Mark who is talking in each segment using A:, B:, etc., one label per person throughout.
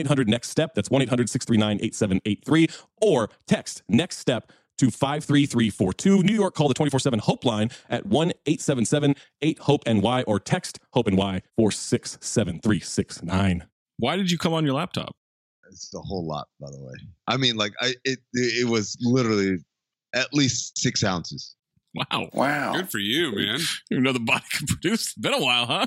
A: 800 Next Step. That's 1 800 639 8783. Or text Next Step to 53342. New York, call the 24 7 Hope line at 1 877 8 HOPE NY or text HOPE NY 467369.
B: Why did you come on your laptop?
C: It's a whole lot, by the way. I mean, like I it it was literally at least six ounces.
B: Wow.
D: Wow.
E: Good for you, man.
B: You know the body can produce. Been a while, huh?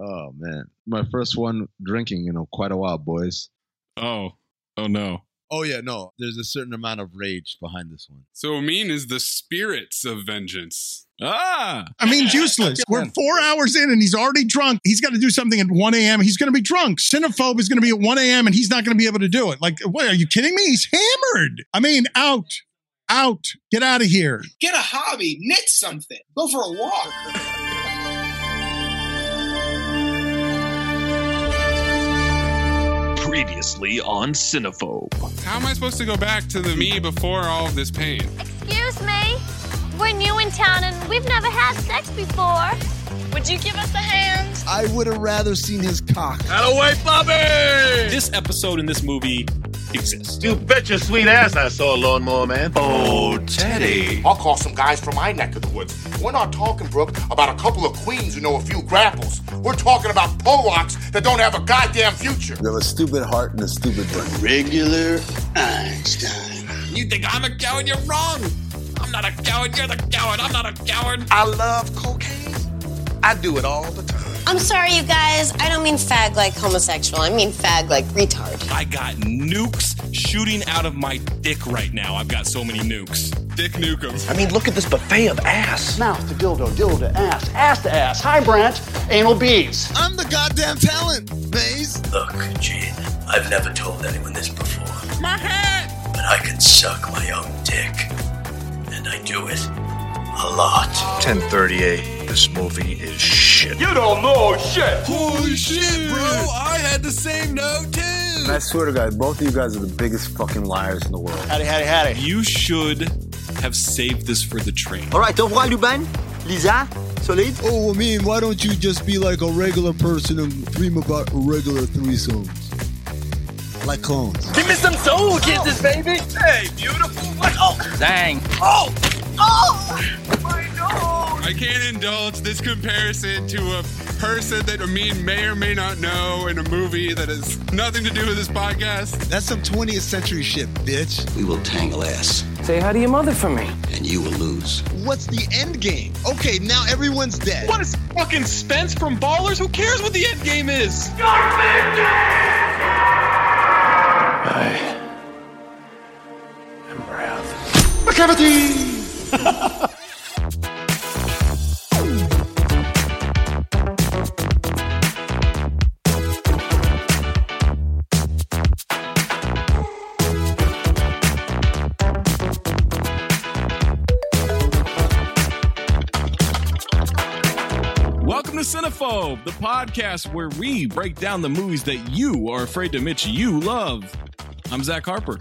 C: Oh man, my first one drinking, you know, quite a while, boys.
B: Oh. Oh no.
C: Oh yeah, no, there's a certain amount of rage behind this one.
E: So mean is the spirits of vengeance.
B: Ah.
D: I mean, useless. We're four hours in and he's already drunk. He's got to do something at 1 a.m. He's going to be drunk. Cinephobe is going to be at 1 a.m. and he's not going to be able to do it. Like, what? Are you kidding me? He's hammered. I mean, out, out, get out of here.
F: Get a hobby, knit something, go for a walk.
G: Previously on Cinephobe.
E: How am I supposed to go back to the me before all of this pain?
H: Excuse me. We're new in town and we've never had sex before. Would you give us a hand?
I: I would have rather seen his cock.
J: This episode in this movie exists.
K: You bet your sweet ass I saw a lawnmower man.
G: Oh, Teddy.
K: I'll call some guys from my neck of the woods. We're not talking, Brooke, about a couple of queens who know a few grapples. We're talking about Polacks that don't have a goddamn future.
I: You have a stupid heart and a stupid brain.
K: Regular Einstein.
J: You think I'm a coward? You're wrong. I'm not a coward. You're the coward. I'm not a coward.
K: I love cocaine. I do it all the time.
H: I'm sorry, you guys. I don't mean fag like homosexual. I mean fag like retard.
J: I got nukes shooting out of my dick right now. I've got so many nukes.
E: Dick Nukem.
G: I mean, look at this buffet of ass.
L: Mouth to dildo, dildo to ass, ass to ass, high branch, anal beads.
I: I'm the goddamn talent, Maze.
G: Look, Gene, I've never told anyone this before,
H: My hat!
G: but I can suck my own dick. And I do it a lot. 1038. This movie is shit.
K: You don't know shit.
E: Holy shit, bro! I had the same note too.
I: I swear to God, both of you guys are the biggest fucking liars in the world.
L: Howdy, howdy, howdy.
B: You should have saved this for the train.
L: All right, au revoir, Lubin. Lisa, solid.
I: Oh, I mean, why don't you just be like a regular person and dream about regular threesomes? Like cones.
L: Give me some soul kisses, baby. Hey, beautiful. Like, oh, dang. Oh, oh, my nose.
E: I can't indulge this comparison to a person that Amin may or may not know in a movie that has nothing to do with this podcast.
I: That's some 20th century shit, bitch.
G: We will tangle ass,
L: Say hi to your mother for me.
G: and you will lose.
I: What's the end game? Okay, now everyone's dead.
J: What is fucking Spence from Ballers? Who cares what the end game is?
G: I am Ralph.
A: Welcome to Cinephobe, the podcast where we break down the movies that you are afraid to admit you love. I'm Zach Harper.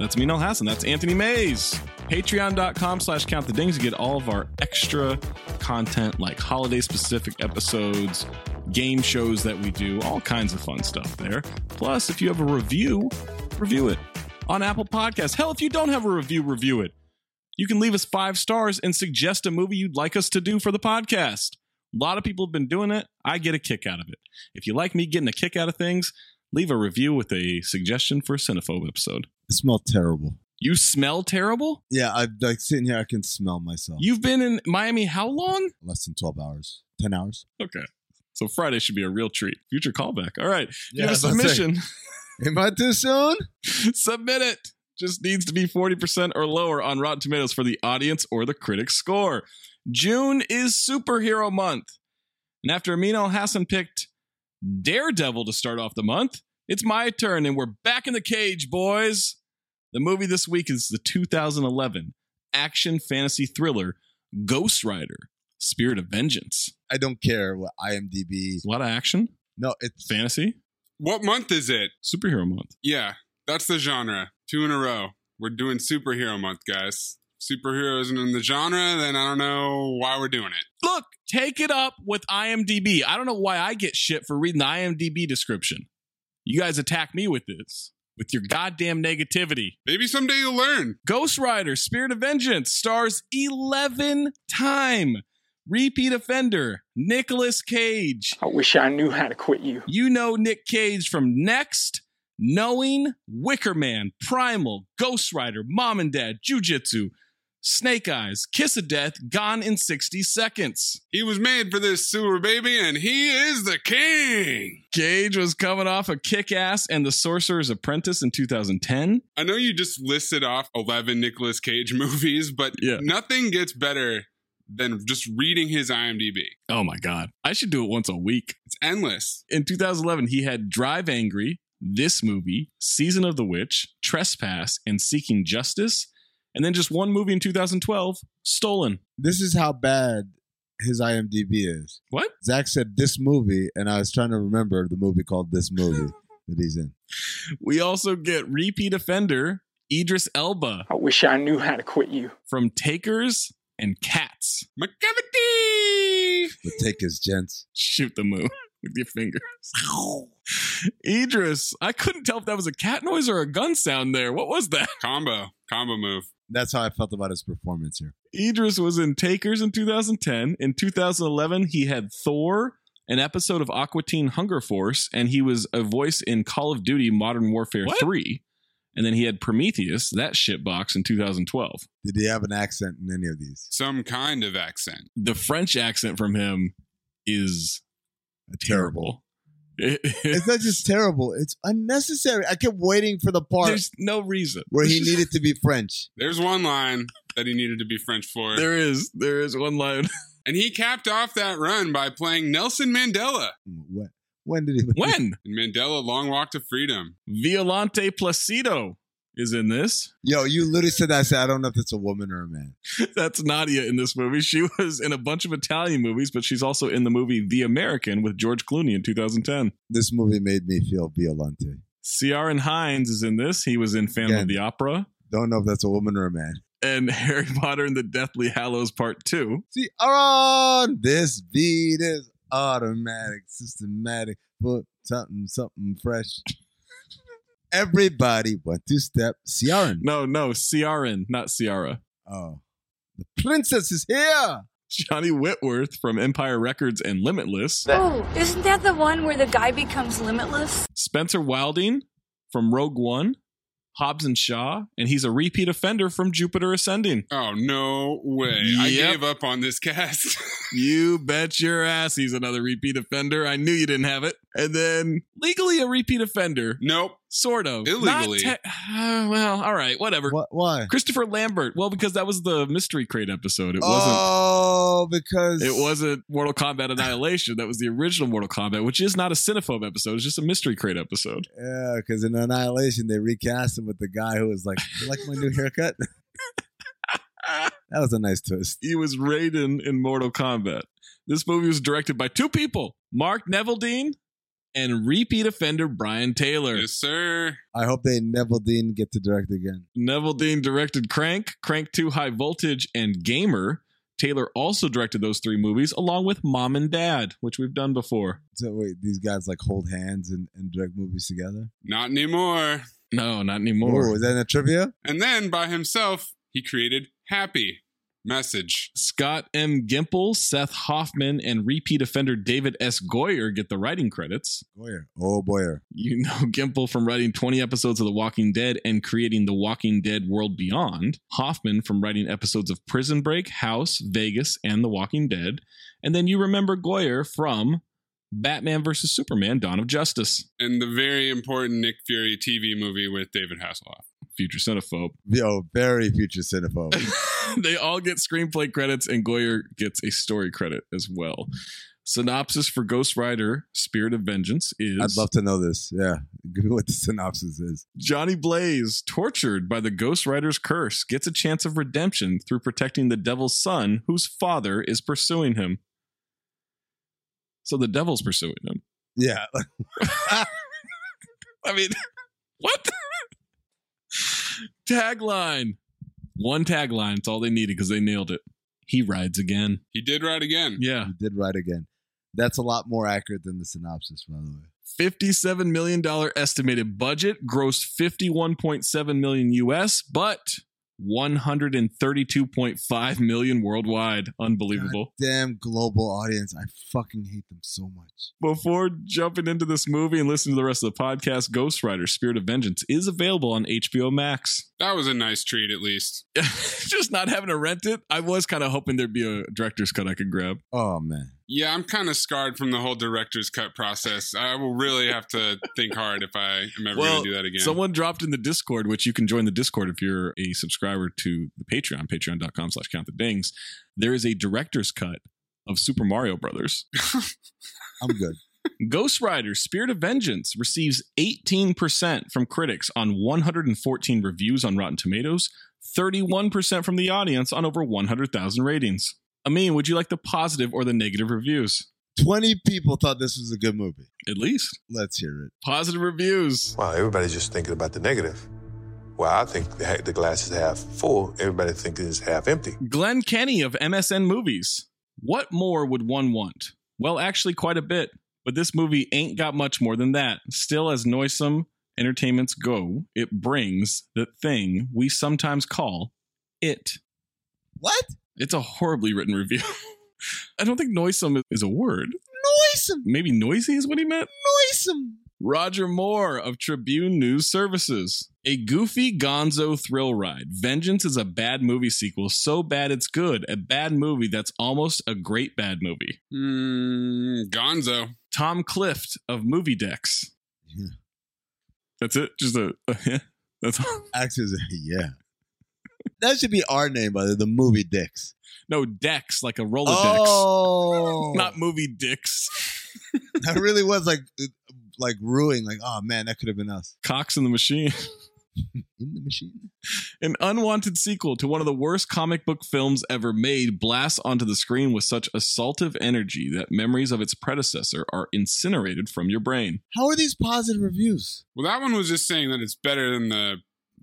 A: That's Minal Hassan. That's Anthony Mays. Patreon.com slash count the dings to get all of our extra content like holiday specific episodes, game shows that we do, all kinds of fun stuff there. Plus, if you have a review, review it on Apple Podcasts. Hell, if you don't have a review, review it. You can leave us five stars and suggest a movie you'd like us to do for the podcast. A lot of people have been doing it. I get a kick out of it. If you like me getting a kick out of things, leave a review with a suggestion for a Cinephobe episode.
I: It smelled terrible.
A: You smell terrible?
I: Yeah, I'm like sitting here, I can smell myself.
A: You've been in Miami how long?
I: Less than 12 hours, 10 hours.
A: Okay. So Friday should be a real treat. Future callback. All right. You have
I: Yeah,
A: a
I: that's what I'm
A: submission.
I: Am I too soon?
A: Submit it. Just needs to be 40% or lower on Rotten Tomatoes for the audience or the critic score. June is superhero month. And after Amino Hassan picked Daredevil to start off the month, it's my turn and we're back in the cage, boys. The movie this week is the 2011 action fantasy thriller Ghost Rider Spirit of Vengeance.
I: I don't care what IMDb.
A: A lot of action.
I: No, it's
A: fantasy.
E: What month is it?
A: Superhero month.
E: Yeah, that's the genre. Two in a row. We're doing superhero month, guys. Superhero isn't in the genre, then I don't know why we're doing it.
A: Look, take it up with IMDb. I don't know why I get shit for reading the IMDb description. You guys attack me with this, with your goddamn negativity.
E: Maybe someday you'll learn.
A: Ghost Rider Spirit of Vengeance stars 11 time repeat offender Nicolas Cage. I wish I knew how to quit you. You know Nick Cage from Next, Knowing, Wicker Man, Primal, Ghost Rider, Mom and Dad, Jujitsu, Snake Eyes, Kiss of Death, Gone in 60 Seconds.
E: He was made for this sewer, baby, and he is the king.
A: Gage was coming off a kick ass and the Sorcerer's Apprentice in 2010.
E: I know you just listed off 11 Nicolas Cage movies, but nothing gets better than just reading his IMDb.
A: Oh my God. I should do it once a week.
E: It's endless.
A: In 2011, he had Drive Angry, This Movie, Season of the Witch, Trespass, and Seeking Justice. And then just one movie in 2012, Stolen.
I: This is how bad his IMDb is.
A: What?
I: Zach said this movie, and I was trying to remember the movie called This Movie that he's in.
A: We also get repeat offender Idris Elba. I wish I knew how to quit you. From Takers and Cats.
E: McCavity!
I: The take is gents.
A: Shoot the moon with your fingers. Idris, I couldn't tell if that was a cat noise or a gun sound there. What was that?
E: Combo. Combo move.
I: That's how I felt about his performance here.
A: Idris was in Takers in 2010. In 2011, he had Thor, an episode of Aqua Teen Hunger Force, and he was a voice in Call of Duty Modern Warfare 3. And then he had Prometheus, that shitbox, in 2012.
I: Did he have an accent in any of these?
E: Some kind of accent.
A: The French accent from him is terrible.
I: it's not just terrible, it's unnecessary. I kept waiting for the part
A: There's no reason.
I: where he needed to be French.
E: There's one line that he needed to be French for.
A: There is. There is one line.
E: And he capped off that run by playing Nelson Mandela
I: When, when did he?
A: When?
E: in Mandela Long Walk to Freedom.
A: Violante Placido is in this.
I: Yo, you literally said that. I said, I don't know if it's a woman or a man.
A: That's Nadia in this movie. She was in a bunch of Italian movies, but she's also in the movie The American with George Clooney in 2010.
I: This movie made me feel violente.
A: Ciaran Hines is in this. He was in Phantom of the Opera
I: Don't know if that's a woman or a man.
A: and Harry Potter and the Deathly Hallows Part 2.
I: See, on this beat is automatic, systematic. Put something, something fresh. Everybody, one, two step. Ciaran.
A: No, no, Ciaran, not Ciara.
I: Oh, the princess is here.
A: Johnny Whitworth from Empire Records and Limitless.
M: Oh, isn't that the one where the guy becomes limitless?
A: Spencer Wilding from Rogue One, Hobbs and Shaw, and he's a repeat offender from Jupiter Ascending.
E: Oh, no way. I
A: Yep.
E: gave up on this cast.
A: You bet your ass he's another repeat offender. I knew you didn't have it. And then legally a repeat offender.
E: Nope.
A: Sort of.
E: Illegally.
A: Not te- uh, well, all right, whatever.
I: why?
A: Christopher Lambert. Well, because that was the Mystery Crate episode. It
I: Oh, because
A: wasn't. It wasn't Mortal Kombat Annihilation. That was the original Mortal Kombat, which is not a Cinephobe episode. It's just a Mystery Crate episode.
I: Yeah, because in Annihilation they recast him with the guy who was like, "You like my new haircut?" that was a nice twist.
A: He was Raiden in Mortal Kombat. This movie was directed by two people, Mark Neville Dean and repeat offender Brian Taylor.
E: Yes, sir.
I: I hope they Neville Dean get to direct again.
A: Neville Dean directed Crank, Crank 2 High Voltage, and Gamer. Taylor also directed those three movies along with Mom and Dad, which we've done before.
I: So wait, these guys like hold hands and, and direct movies together?
E: Not anymore.
A: No, not anymore.
I: Ooh, was that in a trivia?
E: And then by himself, he created Happy Message.
A: Scott M. Gimple, Seth Hoffman, and repeat offender David S. Goyer get the writing credits.
I: Boyer. Oh, Boyer.
A: You know Gimple from writing 20 episodes of The Walking Dead and creating The Walking Dead World Beyond. Hoffman from writing episodes of Prison Break, House, Vegas, and The Walking Dead. And then you remember Goyer from Batman vs. Superman Dawn of Justice,
E: And the very important Nick Fury TV movie with David Hasselhoff.
A: future Cinephobe.
I: Yo, oh, very future cinephobe.
A: they all get screenplay credits and Goyer gets a story credit as well. Synopsis for Ghost Rider Spirit of Vengeance is
I: I'd love to know this. Yeah. Give me what the synopsis is.
A: Johnny Blaze, tortured by the Ghost Rider's curse, gets a chance of redemption through protecting the devil's son whose father is pursuing him. So the devil's pursuing him.
I: Yeah.
A: I mean, what? tagline. One tagline. It's all they needed because they nailed it. He rides again.
E: He did right again.
A: Yeah.
I: You did right again. That's a lot more accurate than the synopsis, by the way.
A: $57 million estimated budget, grossed 51.7 million US, but 132.5 million worldwide. Unbelievable.
I: Damn global audience. I fucking hate them so much.
A: Before jumping into this movie and listening to the rest of the podcast, Ghost Rider Spirit of Vengeance is available on HBO Max.
E: That was a nice treat, at least.
A: Just not having to rent it, I was kind of hoping there'd be a director's cut I could grab.
I: Oh man.
E: Yeah, I'm kind of scarred from the whole director's cut process. I will really have to think hard if I am ever
A: Well,
E: going to do that again.
A: Someone dropped in the Discord, which you can join the Discord if you're a subscriber to the Patreon, patreon.com slash count the dings. There is a director's cut of Super Mario Brothers.
I: I'm good.
A: Ghost Rider Spirit of Vengeance receives 18% from critics on 114 reviews on Rotten Tomatoes, 31% from the audience on over 100,000 ratings. Amin, would you like the positive or the negative reviews?
I: 20 people thought this was a good movie.
A: At least
I: Let's hear it.
A: positive reviews.
N: Wow, everybody's just thinking about the negative. Well, I think the, the glass is half full. Everybody thinks it's half empty.
A: Glenn Kenny of MSN Movies. What more would one want? Well, actually, quite a bit, but this movie ain't got much more than that. Still, as noisome entertainments go, it brings the thing we sometimes call it.
I: What?
A: It's a horribly written review. I don't think noisome is a word.
I: Noisome.
A: Maybe noisy is what he meant.
I: Noisome.
A: Roger Moore of Tribune News Services. A goofy gonzo thrill ride. Vengeance is a bad movie sequel, so bad it's good. A bad movie that's almost a great bad movie.
E: Mm, Gonzo.
A: Tom Clift of Movie Decks.
I: Yeah.
A: That's it. Just a, that's all.
I: Actually, it's- yeah. That should be our name, by the way, the movie Dicks.
A: no decks like a Rolodex,
I: Oh,
A: not movie dicks.
I: that really was like, uh, like ruining. Like, oh man, that could have been us
A: Cox in the Machine.
I: in the machine.
A: An unwanted sequel to one of the worst comic book films ever made blasts onto the screen with such assaultive energy that memories of its predecessor are incinerated from your brain.
I: How are these positive reviews?
E: Well, that one was just saying that it's better than the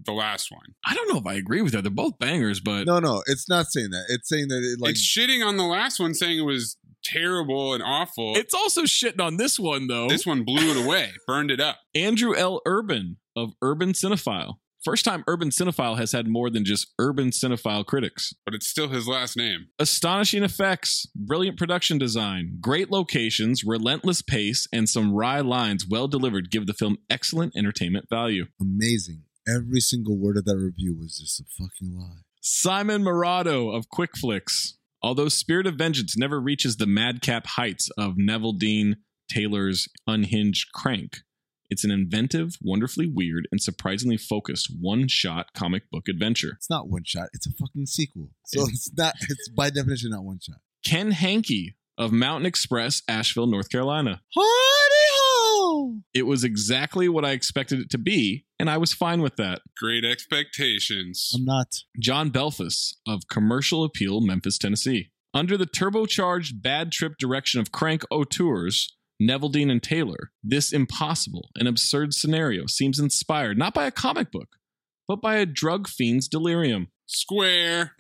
E: the last one.
A: I don't know if I agree with that. They're both bangers, but
I: No, no, it's not saying that. It's saying that it like
E: it's shitting on the last one, saying it was terrible and awful.
A: it's also shitting on this one, though.
E: this one blew it away, burned it up.
A: Andrew L. Urban of Urban Cinephile. First time Urban Cinephile has had more than just Urban Cinephile critics.
E: But it's still his last name.
A: Astonishing effects, brilliant production design, great locations, relentless pace, and some wry lines well delivered give the film excellent entertainment value.
I: amazing. Every single word of that review was just a fucking lie.
A: Simon Morado of Quick Flicks. Although Spirit of Vengeance never reaches the madcap heights of Neville Dean Taylor's unhinged crank, it's an inventive, wonderfully weird, and surprisingly focused one shot comic book adventure.
I: It's not one shot. It's a fucking sequel. So it's not. It's by definition not one shot.
A: Ken Hankey of Mountain Express, Asheville, North Carolina.
I: Hardy
A: It was exactly what I expected it to be, and I was fine with that.
E: Great expectations.
I: I'm not.
A: John Belfus of Commercial Appeal, Memphis, Tennessee. Under the turbocharged bad trip direction of Crank O'Tours, Neville Dean and Taylor, this impossible and absurd scenario seems inspired not by a comic book, but by a drug fiend's delirium.
E: Square.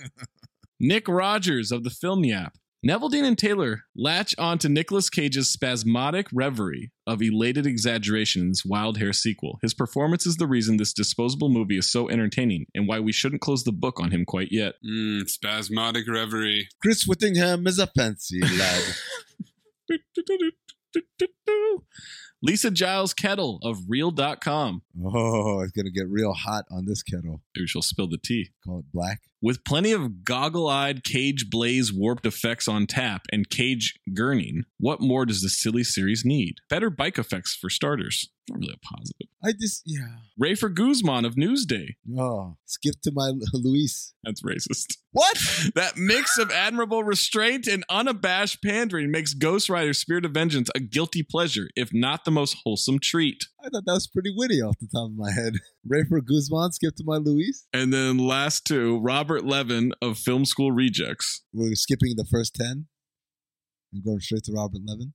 A: Nick Rogers of the Film Yap. Neville Dean and Taylor latch onto Nicolas Cage's spasmodic reverie of elated exaggeration in this Wild Hair sequel. His performance is the reason this disposable movie is so entertaining and why we shouldn't close the book on him quite yet.
E: Mm, spasmodic reverie.
I: Chris Whittingham is a fancy lad.
A: Lisa Giles Kettle of Real.com.
I: Oh, it's gonna get real hot on this kettle.
A: Maybe she'll spill the tea.
I: Call it black.
A: With plenty of goggle eyed Cage Blaze warped effects on tap and Cage gurning, what more does this silly series need? Better bike effects for starters. Not really a positive.
I: I just yeah.
A: Rafer Guzman of Newsday.
I: Oh, skip to my Luis.
A: That's racist.
I: What?
A: That mix of admirable restraint and unabashed pandering makes Ghost Rider Spirit of Vengeance a guilty pleasure, if not the most wholesome treat.
I: I thought that was pretty witty off the top of my head. Rafer Guzman, skip to my Luis.
A: And then last two, Robert Levin of Film School Rejects.
I: We're skipping the first ten and going straight to Robert Levin.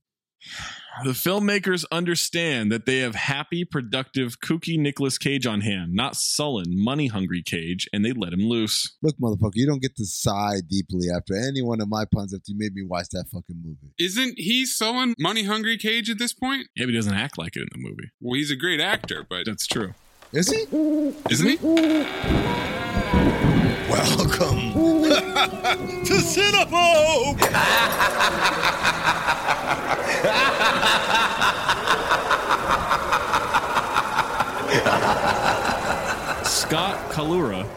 A: The filmmakers understand that they have happy, productive, kooky Nicolas Cage on hand, not sullen, money hungry Cage, and they let him loose.
I: Look, motherfucker, you don't get to sigh deeply after any one of my puns after you made me watch that fucking movie.
E: Isn't he sullen, money hungry Cage at this point?
A: Yeah, but he doesn't act like it in the movie.
E: Well, he's a great actor, but
A: That's true.
I: Is he? Oh,
E: isn't he?
G: Welcome to Cinehope!
A: Scott Kalura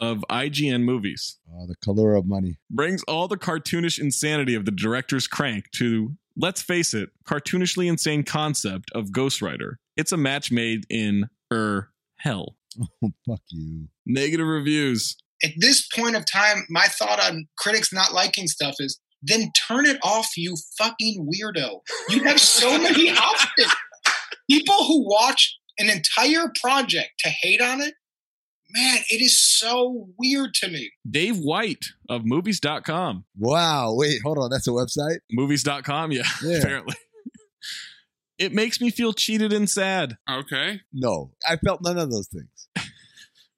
A: of IGN Movies
I: Oh, the color of money.
A: brings all the cartoonish insanity of the director's crank to, let's face it, cartoonishly insane concept of Ghost Rider. It's a match made in er hell.
I: Oh, fuck you.
A: Negative reviews.
F: At this point of time, my thought on critics not liking stuff is then turn it off, you fucking weirdo. You have so many options. People who watch an entire project to hate on it, man, it is so weird to me.
A: Dave White of movies.com.
I: Wow. Wait, hold on. That's a website.
A: Movies.com, yeah,
I: Yeah.
A: apparently. it makes me feel cheated and sad.
E: Okay.
I: No, I felt none of those things.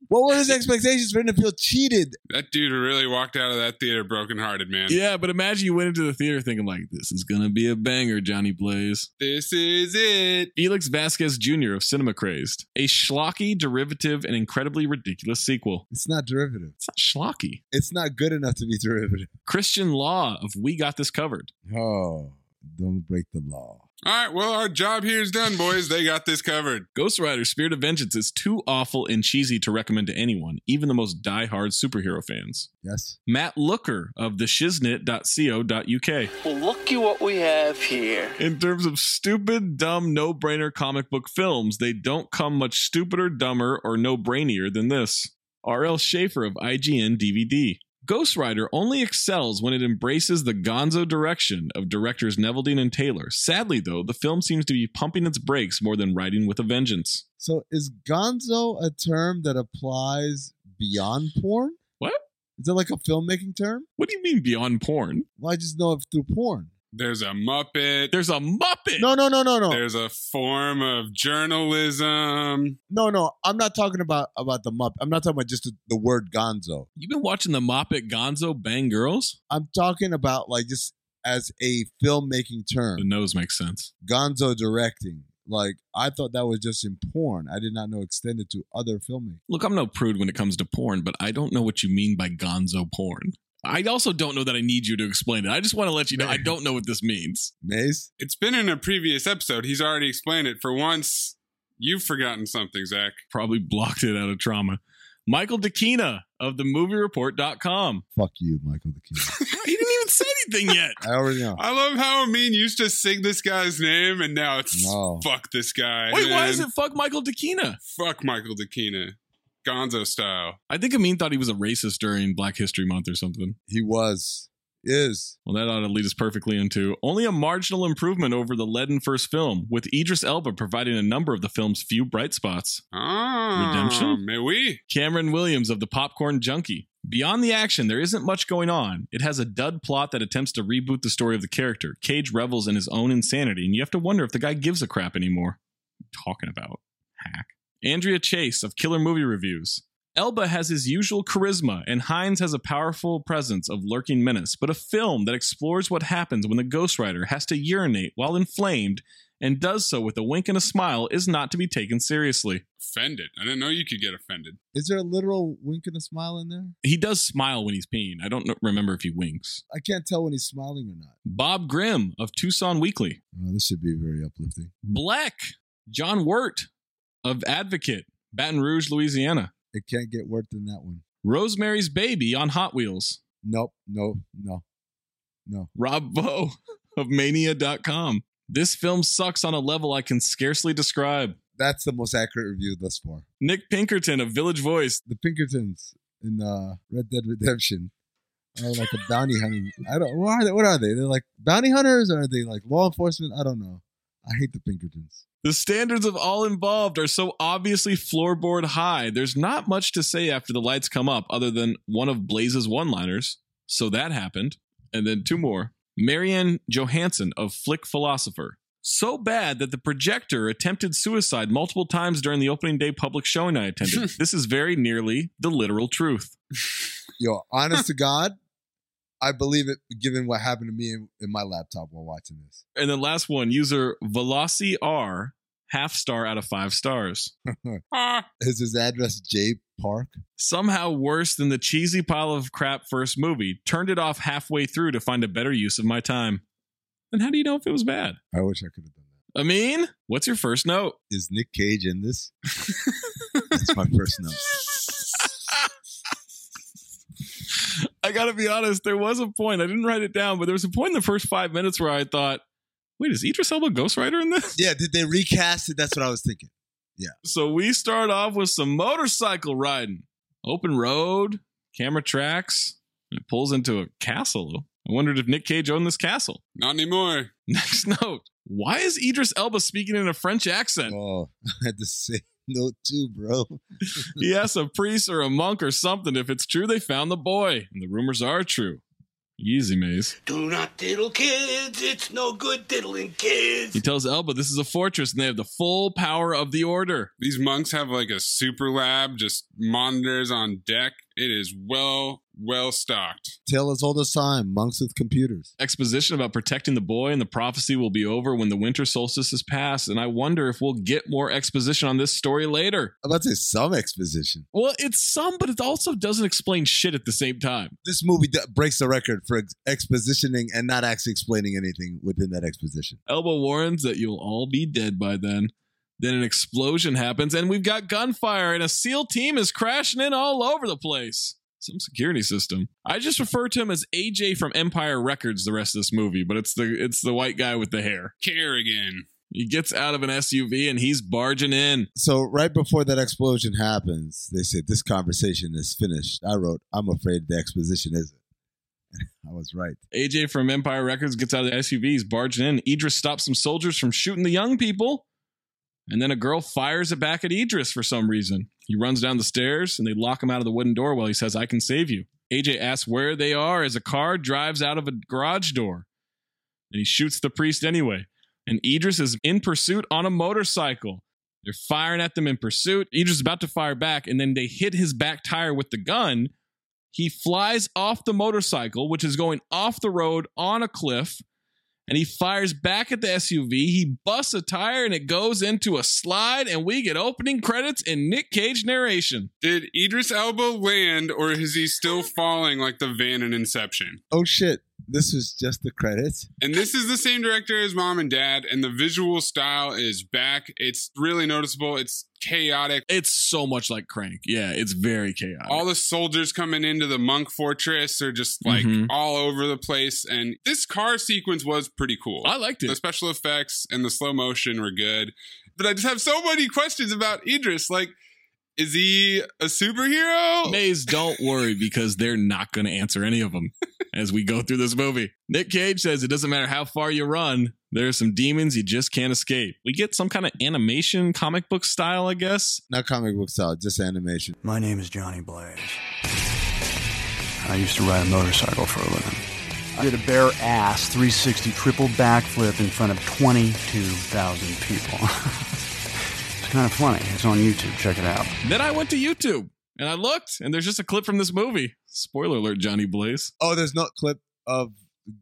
I: what were his expectations for him to feel cheated?
E: That dude really walked out of that theater brokenhearted, man.
A: Yeah, but imagine you went into the theater thinking like, this is gonna be a banger, Johnny Blaze.
E: This is it.
A: Felix Vasquez Jr. of Cinema Crazed, a schlocky derivative and incredibly ridiculous sequel.
I: It's not derivative.
A: It's not schlocky.
I: It's not good enough to be derivative.
A: Christian Law of We Got This Covered.
I: Oh, don't break the law.
E: All right. Well, our job here is done, boys. They got this covered.
A: Ghost Rider Spirit of Vengeance is too awful and cheesy to recommend to anyone, even the most diehard superhero fans.
I: Yes.
A: Matt Looker of the shiznit.co.uk.
L: Well, looky what we have here.
A: In terms of stupid, dumb, no brainer comic book films, they don't come much stupider, dumber, or no brainier than this. R.L. Schaefer of IGN DVD. Ghost Rider only excels when it embraces the gonzo direction of directors Neville Dean and Taylor. Sadly, though, the film seems to be pumping its brakes more than riding with a vengeance.
I: So is gonzo a term that applies beyond porn?
A: What?
I: Is it like a filmmaking term?
A: What do you mean beyond porn?
I: Well, I just know it through porn.
E: There's a Muppet.
A: There's a Muppet!
I: No, no, no, no, no.
E: There's a form of journalism.
I: No, no. I'm not talking about about the Muppet. I'm not talking about just the, the word gonzo.
A: You've been watching the Muppet Gonzo Bang Girls?
I: I'm talking about like just as a filmmaking term.
A: The nose makes sense.
I: Gonzo directing. Like I thought that was just in porn. I did not know it extended to other filmmaking.
A: Look, I'm no prude when it comes to porn, but I don't know what you mean by gonzo porn. I also don't know that I need you to explain it. I just want to let you know I don't know what this means.
I: Maze?
E: It's been in a previous episode. He's already explained it. For once, you've forgotten something, Zach.
A: Probably blocked it out of trauma. Michael DeKina of the moviereport.com.
I: Fuck you, Michael the King.
A: He didn't even say anything yet.
I: I already know.
E: I love how Amin used to sing this guy's name, and now it's
I: No.
E: fuck this guy.
A: Wait, why is
E: man.
A: it fuck Michael DeKina?
E: Fuck Michael DeKina. Gonzo style.
A: I think Amin thought he was a racist during Black History Month or something.
I: He was. Is.
A: Well, that ought to lead us perfectly into only a marginal improvement over the leaden first film, with Idris Elba providing a number of the film's few bright spots.
E: Ah,
A: Redemption?
E: May we?
A: Cameron Williams of the Popcorn Junkie. Beyond the action, there isn't much going on. It has a dud plot that attempts to reboot the story of the character. Cage revels in his own insanity, and you have to wonder if the guy gives a crap anymore. What are you talking about hack. Andrea Chase of Killer Movie Reviews. Elba has his usual charisma, and Hines has a powerful presence of lurking menace, but a film that explores what happens when the ghostwriter has to urinate while inflamed and does so with a wink and a smile is not to be taken seriously.
E: Offended. I didn't know you could get offended.
I: Is there a literal wink and a smile in there?
A: He does smile when he's peeing. I don't kn- remember if he winks.
I: I can't tell when he's smiling or not.
A: Bob Grimm of Tucson Weekly.
I: Oh, this should be very uplifting.
A: Black John Wirt of Advocate, Baton Rouge, Louisiana.
I: It can't get worse than that one.
A: Rosemary's Baby on Hot Wheels.
I: Nope, no, no, no.
A: Rob Vo of Mania.com. This film sucks on a level I can scarcely describe.
I: That's the most accurate review thus far.
A: Nick Pinkerton of Village Voice.
I: The Pinkertons in uh, Red Dead Redemption are like a bounty hunting. I don't. What are they? What are they? They're like bounty hunters, or are they like law enforcement? I don't know. I hate the Pinkertons.
A: The standards of all involved are so obviously floorboard high. There's not much to say after the lights come up other than one of Blaze's one liners. So that happened. And then two more. Marianne Johansson of Flick Philosopher. So bad that the projector attempted suicide multiple times during the opening day public showing I attended. this is very nearly the literal truth.
I: Yo, honest to God, I believe it given what happened to me in, in my laptop while watching this.
A: And then last one, user Veloci R, half star out of five stars.
I: Is his address J Park?
A: Somehow worse than the cheesy pile of crap first movie. Turned it off halfway through to find a better use of my time. And how do you know if it was bad?
I: I wish I could have done
A: I mean, what's your first note?
I: that. Is Nick Cage in this? That's my first note.
A: I gotta be honest, there was a point, I didn't write it down, but there was a point in the first five minutes where I thought, wait, is Idris Elba Ghost Rider in this?
I: Yeah, did they recast it? That's what I was thinking.
A: So we start off with some motorcycle riding, open road, camera tracks, and it pulls into a castle. I wondered if Nick Cage owned this castle.
E: Not anymore.
A: Next note. Why is Idris Elba speaking in a French accent?
I: Oh, I had the same note too, bro.
A: He asks a priest or a monk or something if it's true they found the boy. And the rumors are true. Easy, Maze.
L: Do not diddle kids. It's no good diddling kids.
A: He tells Elba this is a fortress and they have the full power of the order.
E: These monks have like a super lab, just monitors on deck. It is well, well stocked.
I: Tell us all the time, monks with computers.
A: Exposition about protecting the boy and the prophecy will be over when the winter solstice is past. And I wonder if we'll get more exposition on this story later.
I: I'm about to say some exposition.
A: Well, it's some, but it also doesn't explain shit at the same time.
I: This movie d- breaks the record for ex- expositioning and not actually explaining anything within that exposition.
A: Elba warns that you'll all be dead by then. Then an explosion happens, and we've got gunfire, and a SEAL team is crashing in all over the place. Some security system. I just refer to him as AJ from Empire Records the rest of this movie, but it's the it's the white guy with the hair.
E: Kerrigan.
A: He gets out of an SUV and he's barging in.
I: So right before that explosion happens, they said this conversation is finished. I wrote, I'm afraid the exposition isn't. I was right.
A: AJ from Empire Records gets out of the SUV, he's barging in. Idris stops some soldiers from shooting the young people. And then a girl fires it back at Idris for some reason. He runs down the stairs and they lock him out of the wooden door while he says, I can save you. AJ asks where they are as a car drives out of a garage door. And he shoots the priest anyway. And Idris is in pursuit on a motorcycle. They're firing at them in pursuit. Idris is about to fire back, and then they hit his back tire with the gun. He flies off the motorcycle, which is going off the road on a cliff, and he fires back at the SUV. He busts a tire and it goes into a slide, and we get opening credits and Nick Cage narration.
E: Did Idris Elba land or is he still falling like the van in Inception?
I: Oh shit, this was just the credits.
E: And this is the same director as Mom and Dad, and the visual style is back. It's really noticeable. It's chaotic.
A: It's so much like Crank. Yeah, it's very chaotic.
E: All the soldiers coming into the monk fortress are just like
A: Mhm.
E: all over the place. And this car sequence was pretty cool.
A: I liked
E: The
A: it.
E: special effects and the slow motion were good. But I just have so many questions about Idris. Like, is he a superhero?
A: Maze, don't worry because they're not going to answer any of them as we go through this movie. Nick Cage says it doesn't matter how far you run, there are some demons you just can't escape. We get some kind of animation, comic book style, I guess.
I: Not comic book style, just animation.
G: My name is Johnny Blaze.
O: I used to ride a motorcycle for a living. I did a bare ass 360 triple backflip in front of 22,000 people. it's kind of funny. It's on YouTube. Check it out.
A: Then I went to YouTube and I looked, and there's just a clip from this movie. Spoiler alert, Johnny Blaze.
I: Oh, there's no clip of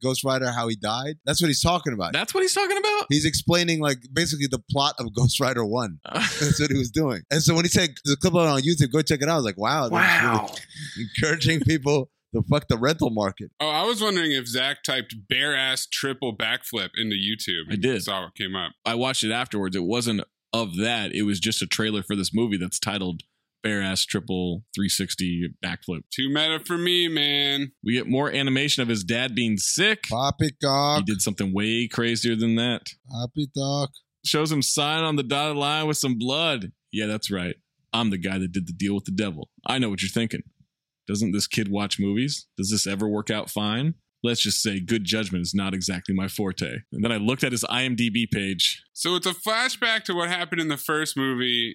I: Ghost Rider how he died. That's what he's talking about.
A: That's what he's talking about.
I: He's explaining like basically the plot of Ghost Rider One. That's what he was doing. And so when he said the clip out on YouTube, go check it out. I was like, wow, this is
E: Wow.
I: really encouraging people to fuck the rental market.
E: Oh, I was wondering if Zach typed bare ass triple backflip into YouTube.
A: I did.
E: Saw what came up.
A: I watched it afterwards. It wasn't of that. It was just a trailer for this movie that's titled Bare Ass Triple 360 Backflip.
E: Too meta for me, man.
A: We get more animation of his dad being sick.
I: Poppycock.
A: He did something way crazier than that.
I: Happy talk.
A: Shows him sign on the dotted line with some blood. Yeah, that's right. I'm the guy that did the deal with the devil. I know what you're thinking. Doesn't this kid watch movies? Does this ever work out fine? Let's just say good judgment is not exactly my forte. And then I looked at his IMDb page.
E: So it's a flashback to what happened in the first movie,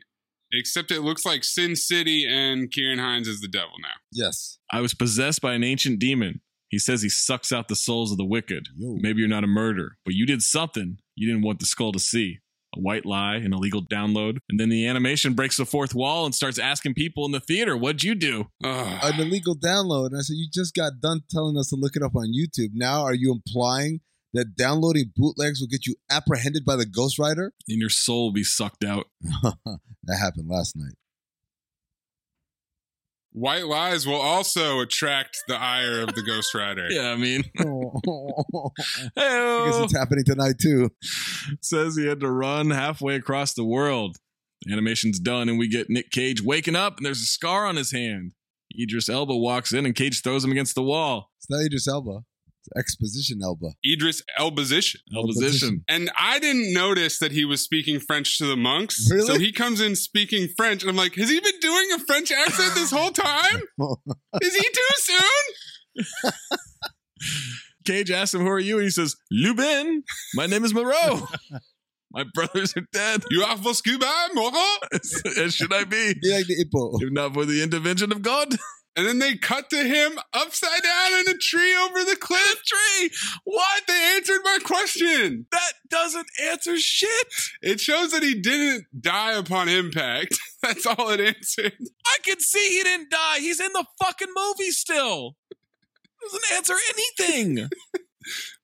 E: except it looks like Sin City and Kieran Hines is the devil now.
I: Yes.
A: I was possessed by an ancient demon. He says he sucks out the souls of the wicked. Maybe you're not a murderer, but you did something you didn't want the skull to see. A white lie, an illegal download. And then the animation breaks the fourth wall and starts asking people in the theater, What'd you do?
I: An illegal download. And I said, You just got done telling us to look it up on YouTube. Now are you implying that downloading bootlegs will get you apprehended by the Ghost Rider?
A: And your soul will be sucked out.
I: that happened last night.
E: White lies will also attract the ire of the Ghost Rider.
A: yeah, I mean. oh.
I: I guess it's happening tonight too.
A: says he had to run halfway across the world. The animation's done, and we get Nick Cage waking up, and there's a scar on his hand. Idris Elba walks in, and Cage throws him against the wall.
I: It's not Idris Elba. It's Exposition Elba.
E: Idris Elbazition.
A: Elbazition.
E: And I didn't notice that he was speaking French to the monks.
I: Really?
E: So he comes in speaking French. And I'm like, has he been doing a French accent this whole time? Is he too soon?
A: Cage asks him, Who are you? And he says, Lubin. My name is Moreau. My brothers are dead.
E: You are for scuba, Moreau?
A: As should I be?
I: Be like the Ipo.
A: If not for the intervention of God.
E: And then they cut to him upside down in a tree over the cliff.
A: Tree!
E: What? They answered my question.
A: That doesn't answer shit.
E: It shows that he didn't die upon impact. That's all it answered.
A: I can see he didn't die. He's in the fucking movie still. Doesn't answer anything.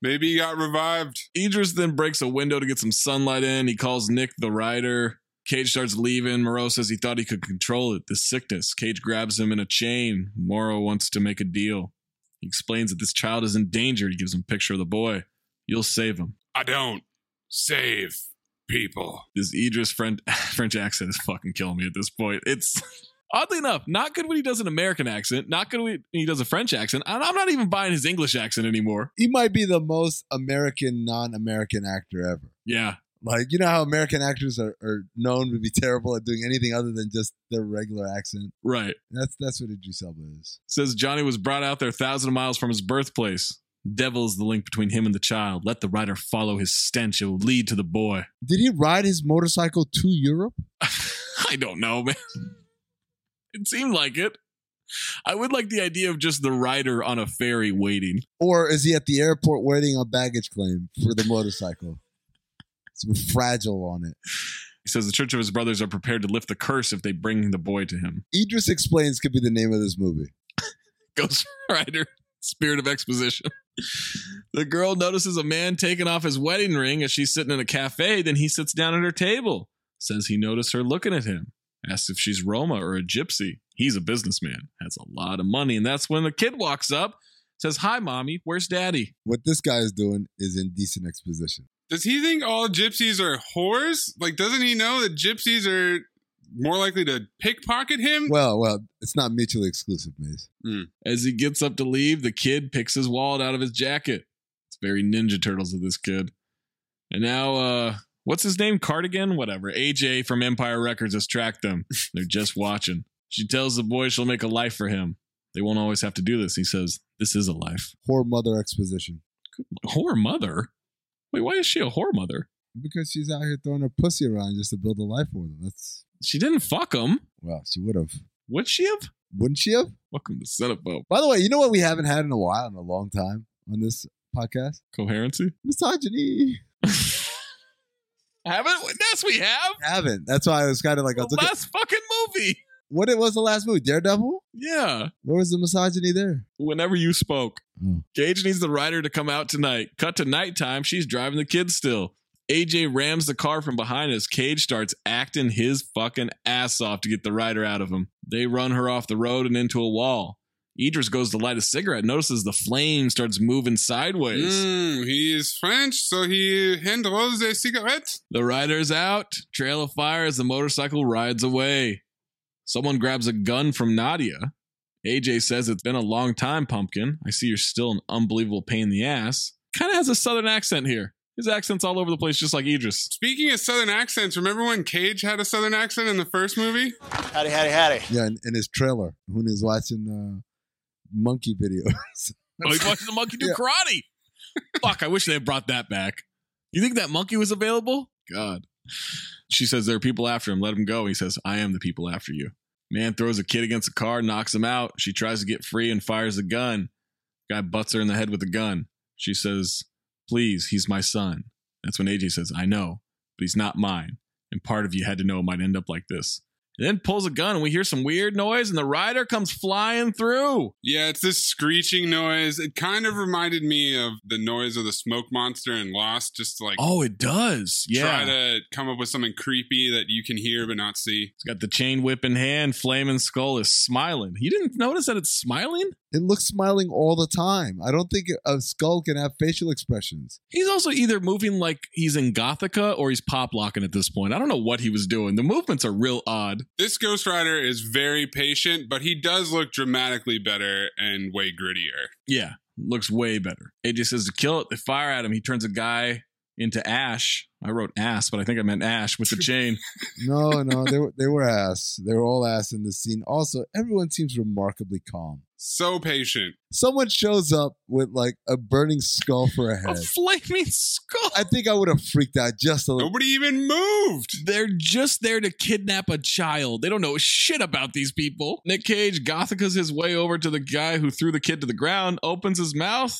E: Maybe he got revived.
A: Idris then breaks a window to get some sunlight in. He calls Nick the rider. Cage starts leaving. Moreau says he thought he could control it, this sickness. Cage grabs him in a chain. Moreau wants to make a deal. He explains that this child is in danger. He gives him a picture of the boy. You'll save him.
E: I don't save people.
A: This Idris French, French accent is fucking killing me at this point. It's oddly enough not good when he does an American accent, not good when he does a French accent, and I'm not even buying his English accent anymore.
I: He might be the most American non-American actor ever.
A: Yeah,
I: Like you know how American actors are, are known to be terrible at doing anything other than just their regular accent.
A: right.
I: That's that's what Idris Elba is.
A: says Johnny was brought out there thousand miles from his birthplace. Devil is the link between him and the child. Let the rider follow his stench. It will lead to the boy.
I: Did he ride his motorcycle to Europe?
A: I don't know, man. It seemed like it. I would like the idea of just the rider on a ferry waiting.
I: Or is he at the airport waiting on baggage claim for the motorcycle? Some fragile on it.
A: He says the church of his brothers are prepared to lift the curse if they bring the boy to him.
I: Idris Explains could be the name of this movie.
A: Ghost Rider, Spirit of Exposition. The girl notices a man taking off his wedding ring as she's sitting in a cafe. Then he sits down at her table. Says he noticed her looking at him. Asks if she's Roma or a gypsy. He's a businessman, has a lot of money. And that's when the kid walks up, says, Hi, mommy, where's daddy?
I: What this guy is doing is indecent exposition.
E: Does he think all gypsies are whores? Like, doesn't he know that gypsies are more likely to pickpocket him?
I: Well, well, it's not mutually exclusive, Maze.
A: As he gets up to leave, the kid picks his wallet out of his jacket. It's very Ninja Turtles of this kid. And now, uh, what's his name? Cardigan? Whatever. AJ from Empire Records has tracked them. They're just watching. She tells the boy she'll make a life for him. They won't always have to do this. He says, This is a life.
I: Whore mother exposition.
A: Whore mother? Wait, why is she a whore mother?
I: Because she's out here throwing her pussy around just to build a life for them. That's
A: She didn't fuck him.
I: well, she would have.
A: Would she have?
I: Wouldn't she have?
A: Welcome to Setup Bob.
I: By the way, you know what we haven't had in a while, in a long time on this podcast?
A: Coherency?
I: Misogyny.
A: Haven't? Yes, we have.
I: haven't. That's why I was kind of like, I was
A: The
I: looking-
A: last fucking movie.
I: what it was the last movie? Daredevil?
A: Yeah.
I: Where was the misogyny there?
A: Whenever you spoke, Gage needs the writer to come out tonight. Cut to nighttime. She's driving the kids still. AJ rams the car from behind as Cage starts acting his fucking ass off to get the rider out of him. They run her off the road and into a wall. Idris goes to light a cigarette, notices the flame starts moving sideways.
E: Mm, he is French, so he handles a cigarette.
A: The rider's out. Trail of fire as the motorcycle rides away. Someone grabs a gun from Nadia. AJ says, It's been a long time, pumpkin. I see you're still an unbelievable pain in the ass. Kind of has a southern accent here. His accent's all over the place, just like Idris.
E: Speaking of southern accents, remember when Cage had a southern accent in the first movie?
L: Howdy, howdy, howdy.
I: Yeah, in, in his trailer when he was watching uh, monkey videos.
A: Oh, he's watching the monkey do karate. Fuck, I wish they had brought that back. You think that monkey was available? God. She says, There are people after him. Let him go. He says, I am the people after you. Man throws a kid against a car, knocks him out. She tries to get free and fires a gun. Guy butts her in the head with a gun. She says, Please, he's my son. That's when AJ says, I know, but he's not mine. And part of you had to know it might end up like this. And then pulls a gun, and we hear some weird noise, and the rider comes flying through.
E: Yeah, it's this screeching noise. It kind of reminded me of the noise of the smoke monster in Lost, just to, like
A: Oh, it does. Yeah.
E: try to come up with something creepy that you can hear but not see.
A: It's got the chain whip in hand. Flaming Skull is smiling. You didn't notice that it's smiling?
I: It looks smiling all the time. I don't think a skull can have facial expressions.
A: He's also either moving like he's in Gothica or he's pop locking at this point. I don't know what he was doing. The movements are real odd.
E: This Ghost Rider is very patient, but he does look dramatically better and way grittier.
A: Yeah, looks way better. AJ says to kill it. They fire at him. He turns a guy into ash. I wrote ass, but I think I meant ash with the chain.
I: No, no, they were they were ass. They were all ass in this scene. Also, everyone seems remarkably calm.
E: So patient.
I: Someone shows up with like a burning skull for a head.
A: flaming skull.
I: I think I would have freaked out just a little.
E: Nobody even moved.
A: They're just there to kidnap a child. They don't know shit about these people. Nick Cage Gothica's his way over to the guy who threw the kid to the ground, opens his mouth.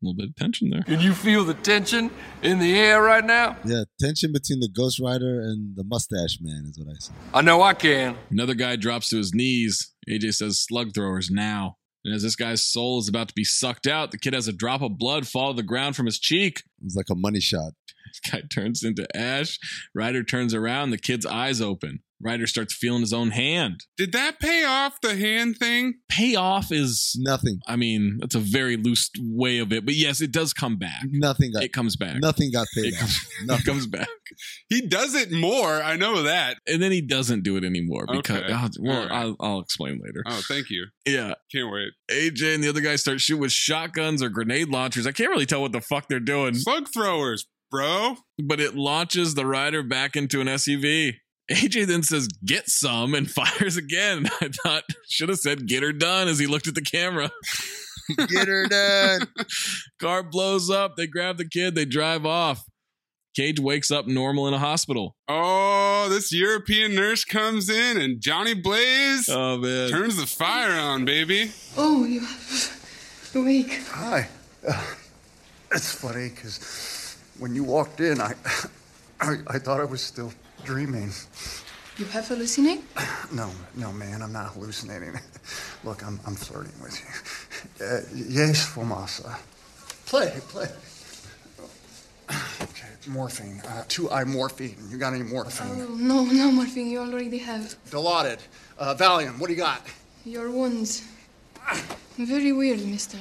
A: A little bit of tension there.
P: Can you feel the tension in the air right now?
I: Yeah, tension between the Ghost Rider and the Mustache Man is what I said.
P: I know I can.
A: Another guy drops to his knees. AJ says, slug throwers now. And as this guy's soul is about to be sucked out, the kid has a drop of blood fall to the ground from his cheek.
I: It was like a money shot.
A: This guy turns into ash. Ryder turns around. The kid's eyes open. Ryder starts feeling his own hand.
E: Did that pay off the hand thing?
A: Payoff is
I: nothing.
A: I mean, that's a very loose way of it, but yes, it does come back.
I: Nothing got
A: It comes back.
I: nothing got paid.
A: It
I: off.
A: comes, it comes back.
E: He does it more. I know that.
A: And then he doesn't do it anymore because,
E: Okay.
A: oh, well,
E: All right.
A: I'll, I'll explain later.
E: Oh, thank you.
A: Yeah.
E: Can't wait.
A: AJ and the other guy start shooting with shotguns or grenade launchers. I can't really tell what the fuck they're doing.
E: Slug throwers, bro.
A: But it launches the rider back into an SUV. AJ then says, get some, and fires again. I thought, should have said, get her done as he looked at the camera.
I: Get her done.
A: Car blows up. They grab the kid. They drive off. Cage wakes up normal in a hospital.
E: Oh, this European nurse comes in and Johnny Blaze
A: Oh, man.
E: turns the fire on, baby.
Q: Oh, you awake.
R: Hi. Uh, it's funny because when you walked in, I, I, I thought I was still dreaming.
Q: You have hallucinating?
R: No, no, man, I'm not hallucinating. Look, I'm, I'm flirting with you. Uh, yes, Formosa. Play, play. Okay, morphine. Uh, two I morphine. You got any morphine?
Q: Oh, no, no, morphine, you already have.
R: Dilaudid. Uh, Valium. What do you got?
Q: Your wounds. Very weird, mister.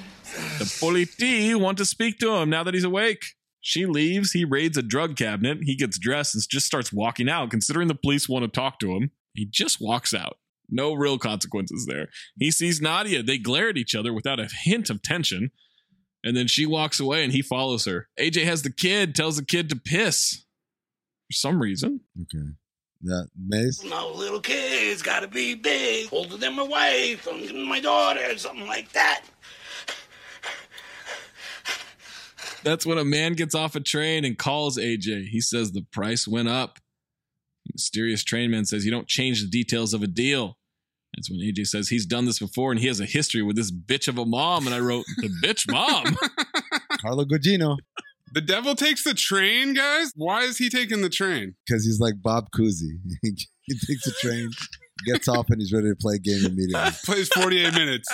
A: The politi want to speak to him now that he's awake. She leaves. He raids a drug cabinet. He gets dressed and just starts walking out, considering the police want to talk to him. He just walks out. No real consequences there. He sees Nadia. They glare at each other without a hint of tension. And then she walks away and he follows her. AJ has the kid, tells the kid to piss for some reason.
I: Okay. That maze.
L: No little kids gotta be big, older than my wife, older than my daughter, something like that.
A: That's when a man gets off a train and calls AJ. He says the price went up. The mysterious train man says you don't change the details of a deal. That's when AJ says he's done this before and he has a history with this bitch of a mom. And I wrote, The bitch mom.
I: Carlo Gugino.
E: The devil takes the train, guys. Why is he taking the train?
I: Because he's like Bob Cousy. he takes a train, gets off, and he's ready to play a game immediately.
E: Plays 48 minutes.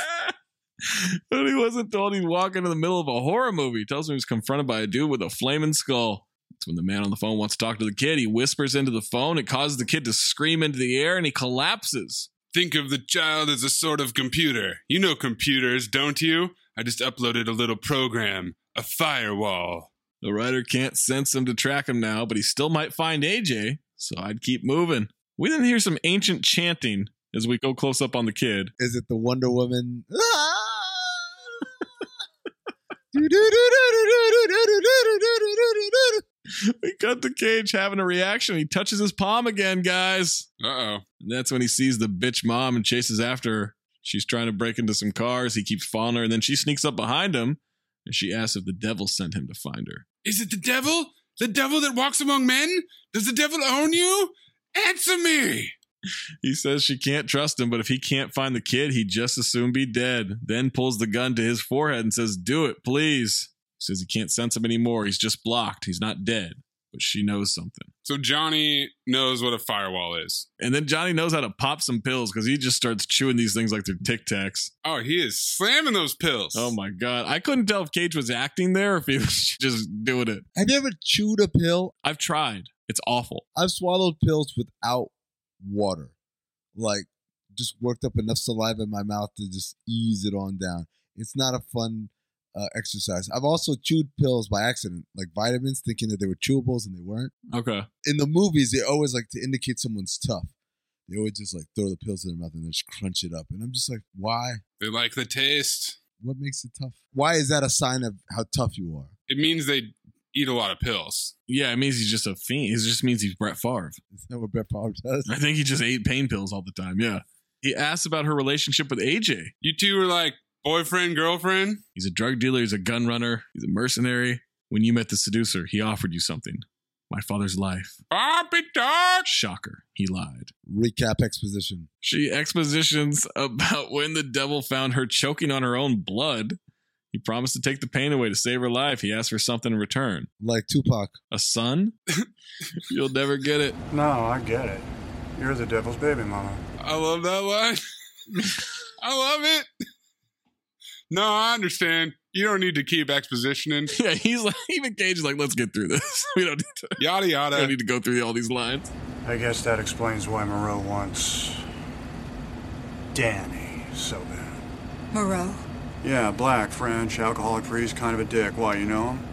A: but he wasn't told he'd walk into the middle of a horror movie. Tells him he was confronted by a dude with a flaming skull. That's when the man on the phone wants to talk to the kid. He whispers into the phone. It causes the kid to scream into the air and he collapses.
E: Think of the child as a sort of computer. You know computers, don't you? I just uploaded a little program, a firewall.
A: The writer can't sense him to track him now, but he still might find AJ, so I'd keep moving. We then hear some ancient chanting as we go close up on the kid.
I: Is it the Wonder Woman?
A: We cut the cage having a reaction. He touches his palm again, guys.
E: Uh oh.
A: And that's when he sees the bitch mom and chases after her. She's trying to break into some cars. He keeps following her, and then she sneaks up behind him and she asks if the devil sent him to find her.
E: Is it the devil? The devil that walks among men? Does the devil own you? Answer me!
A: He says she can't trust him, but if he can't find the kid, he'd just as soon be dead. Then pulls the gun to his forehead and says, Do it, please. Says he can't sense him anymore. He's just blocked. He's not dead, but she knows something.
E: So Johnny knows what a firewall is.
A: And then Johnny knows how to pop some pills because he just starts chewing these things like they're Tic Tacs.
E: Oh, he is slamming those pills.
A: Oh my God. I couldn't tell if Cage was acting there or if he was just doing it.
I: Have you ever chewed a pill?
A: I've tried. It's awful.
I: I've swallowed pills without water. Like, just worked up enough saliva in my mouth to just ease it on down. It's not a fun uh, exercise. I've also chewed pills by accident, like vitamins, thinking that they were chewables and they weren't.
A: Okay.
I: In the movies, they always like to indicate someone's tough. They always just like throw the pills in their mouth and just crunch it up. And I'm just like, why?
E: They like the taste.
I: What makes it tough? Why is that a sign of how tough you are?
E: It means they eat a lot of pills.
A: Yeah, it means he's just a fiend. It just means he's Brett Favre.
I: Is that what Brett Favre does?
A: I think he just ate pain pills all the time. Yeah. He asks about her relationship with AJ.
E: You two are like boyfriend, girlfriend.
A: He's a drug dealer. He's a gun runner. He's a mercenary. When you met the seducer, he offered you something. My father's life.
E: Bobby Dog.
A: Shocker. He lied.
I: Recap exposition.
A: She expositions about when the devil found her choking on her own blood. He promised to take the pain away to save her life. He asked for something in return.
I: Like Tupac.
A: A son? You'll never get it.
R: No, I get it. You're the devil's baby mama.
E: I love that line. I love it. No, I understand. You don't need to keep expositioning.
A: Yeah, he's like, even Cage is like, let's get through this. We don't need to.
E: Yada
A: I don't
E: yada.
A: need to go through all these lines.
R: I guess that explains why Moreau wants Danny so bad.
M: Moreau.
R: Yeah, black, French, alcoholic free, he's kind of a dick. Why, you know him?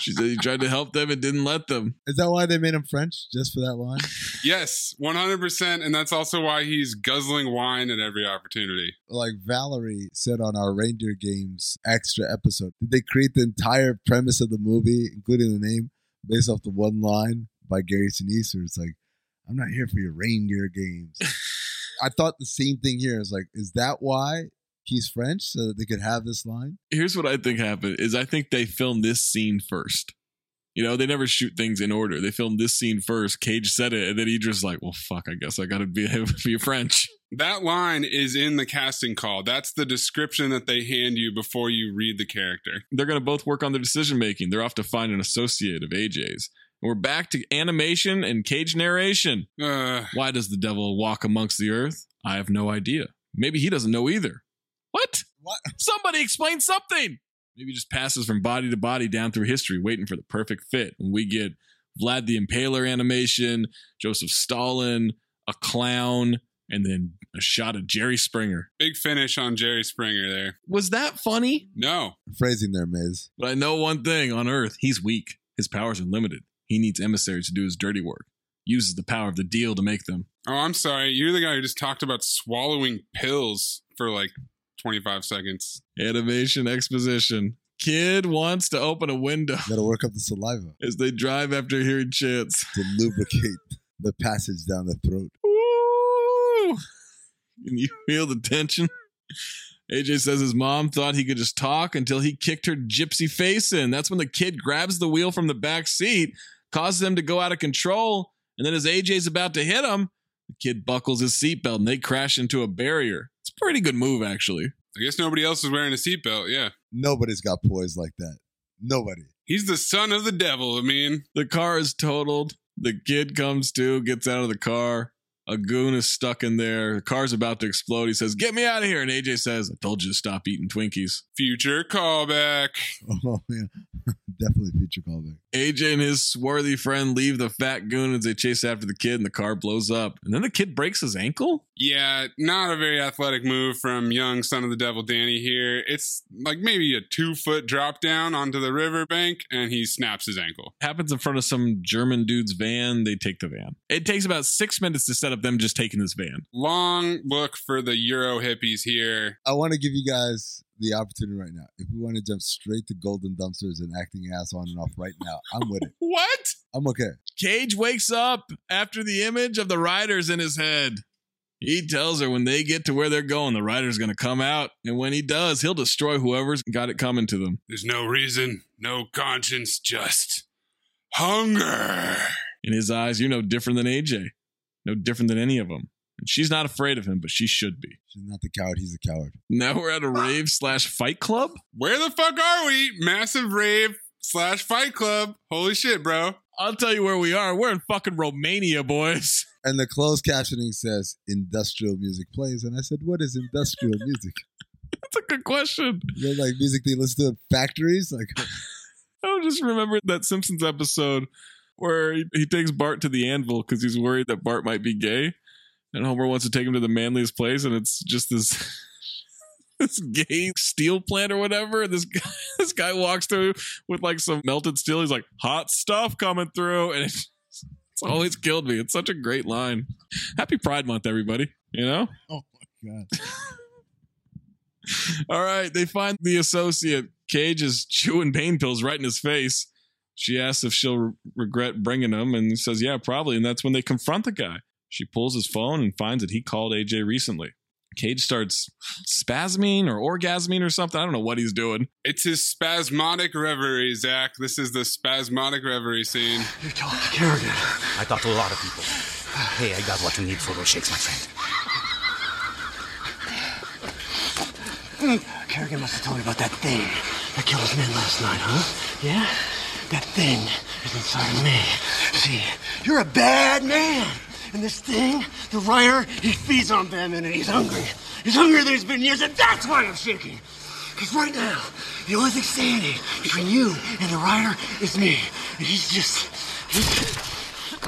A: She said he tried to help them and didn't let them.
I: Is that why they made him French? Just for that line?
E: Yes, 100%. And that's also why he's guzzling wine at every opportunity.
I: like Valerie said on our Reindeer Games extra episode, did they create the entire premise of the movie, including the name, based off the one line by Gary Sinise? Where it's like, I'm not here for your reindeer games. I thought the same thing here. It's like, is that why he's French? So that they could have this line?
A: Here's what I think happened is I think they filmed this scene first. You know, they never shoot things in order. They filmed this scene first. Cage said it, and then Idris like, well, fuck, I guess I gotta be, be French.
E: That line is in the casting call. That's the description that they hand you before you read the character.
A: They're gonna both work on their decision making. They're off to find an associate of AJ's. And we're back to animation and Cage narration.
E: Uh,
A: Why does the devil walk amongst the earth? I have no idea. Maybe he doesn't know either. What?
I: What?
A: Somebody explain something. Maybe he just passes from body to body down through history, waiting for the perfect fit. And we get Vlad the Impaler animation, Joseph Stalin, a clown, and then a shot of Jerry Springer.
E: big finish on Jerry Springer there.
A: Was that funny?
E: No.
I: Phrasing there, Miz.
A: But I know one thing on Earth, he's weak. His powers are limited. He needs emissaries to do his dirty work. Uses the power of the deal to make them.
E: Oh, I'm sorry. You're the guy who just talked about swallowing pills for like 25 seconds.
A: Animation exposition. Kid wants to open a window
I: Gotta work up the saliva
A: as they drive after hearing chants.
I: to lubricate the passage down the throat.
A: Ooh. Can you feel the tension? AJ says his mom thought he could just talk until he kicked her gypsy face in. That's when the kid grabs the wheel from the back seat, causes them to go out of control, and then as AJ's about to hit him, The kid buckles his seatbelt and they crash into a barrier. It's a pretty good move, actually.
E: I guess nobody else is wearing a seatbelt. Yeah.
I: Nobody's got poise like that. Nobody.
E: He's the son of the devil. I mean,
A: The car is totaled. The kid comes to, gets out of the car. A goon is stuck in there. The car's about to explode. He says, Get me out of here. And AJ says, I told you to stop eating Twinkies.
E: future callback.
I: Oh man, definitely future callback.
A: AJ and his swarthy friend leave the fat goon as they chase after the kid, and the car blows up. And then the kid breaks his ankle?
E: Yeah, not a very athletic move from young son of the devil Danny here. It's like maybe a two foot drop down onto the riverbank, and he snaps his ankle.
A: Happens in front of some German dude's van. They take the van. It takes about six minutes to set up them just taking this van.
E: Long look for the Euro hippies here.
I: I want to give you guys the opportunity right now. If we want to jump straight to golden dumpsters and acting ass on and off right now, I'm with it.
A: What?
I: I'm okay.
A: Cage wakes up after the image of the riders in his head. He tells her when they get to where they're going, the rider's going to come out. And when he does, he'll destroy whoever's got it coming to them.
E: There's no reason, no conscience, just hunger.
A: In his eyes, you're no different than AJ, no different than any of them. And she's not afraid of him, but she should be.
I: She's not the coward. He's the coward.
A: Now we're at a rave slash fight club.
E: Where the fuck are we? Massive rave slash fight club. Holy shit, bro.
A: I'll tell you where we are. We're in fucking Romania, boys.
I: And the closed captioning says industrial music plays. And I said, What is industrial music?
A: That's a good question.
I: They're like music they listen to at factories. Like,
A: I just remember that Simpsons episode where he, he takes Bart to the anvil because he's worried that Bart might be gay, and Homer wants to take him to the manliest place, and it's just this this gay steel plant or whatever. And this guy, this guy walks through with like some melted steel. He's like, "Hot stuff coming through," and it's, it's always killed me. It's such a great line. Happy Pride Month, everybody! You know.
I: oh my God.
A: All right, they find the associate. Cage is chewing pain pills right in his face. She asks if she'll re- regret bringing them, and he says, Yeah, probably. And that's when they confront the guy. She pulls his phone and finds that he called AJ recently. Cage starts spasming or orgasming or something. I don't know what he's doing.
E: It's his spasmodic reverie, Zach. This is the spasmodic reverie scene.
S: You talked to Kerrigan. I talked to a lot of people. Hey, I got what you need for those shakes, my friend. Kerrigan must have told you about that thing that killed his men last night, huh? Yeah? That thing is inside of me. See, you're a bad man. And this thing, the writer, he feeds on them and he's hungry. He's hungrier than he's been in years, and that's why I'm shaking. Because right now, the only thing standing between you and the writer is me. And he's just. He's,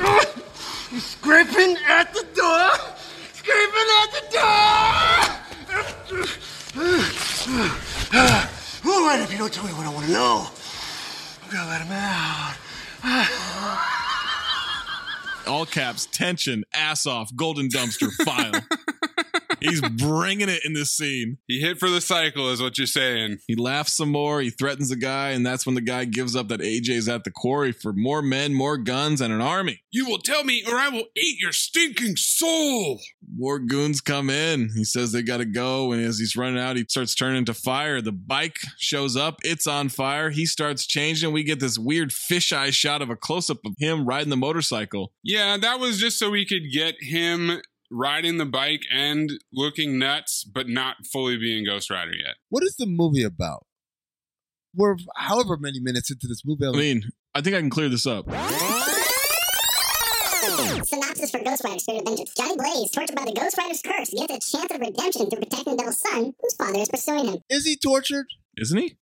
S: he's scraping at the door! Scraping at the door! All right, if you don't tell me what I want to know, I'm gonna let him out.
A: All caps, tension, ass off, golden dumpster, file. He's bringing it in this scene.
E: He hit for the cycle, is what you're saying.
A: He laughs some more. He threatens the guy, and that's when the guy gives up that AJ's at the quarry for more men, more guns, and an army.
E: You will tell me, or I will eat your stinking soul.
A: More goons come in. He says they got to go. And as he's running out, he starts turning to fire. The bike shows up. It's on fire. He starts changing. We get this weird fisheye shot of a close up of him riding the motorcycle.
E: Yeah, that was just so we could get him riding the bike and looking nuts, but not fully being Ghost Rider yet.
I: What is the movie about? We're however many minutes into this movie. I'm
A: I mean, I think I can clear this up.
T: Synopsis for Ghost Rider Spirit of Vengeance. Johnny Blaze, tortured by the Ghost Rider's curse, gets a chance of redemption through protecting Devil's son, whose father is pursuing him.
I: Is he tortured?
A: Isn't he?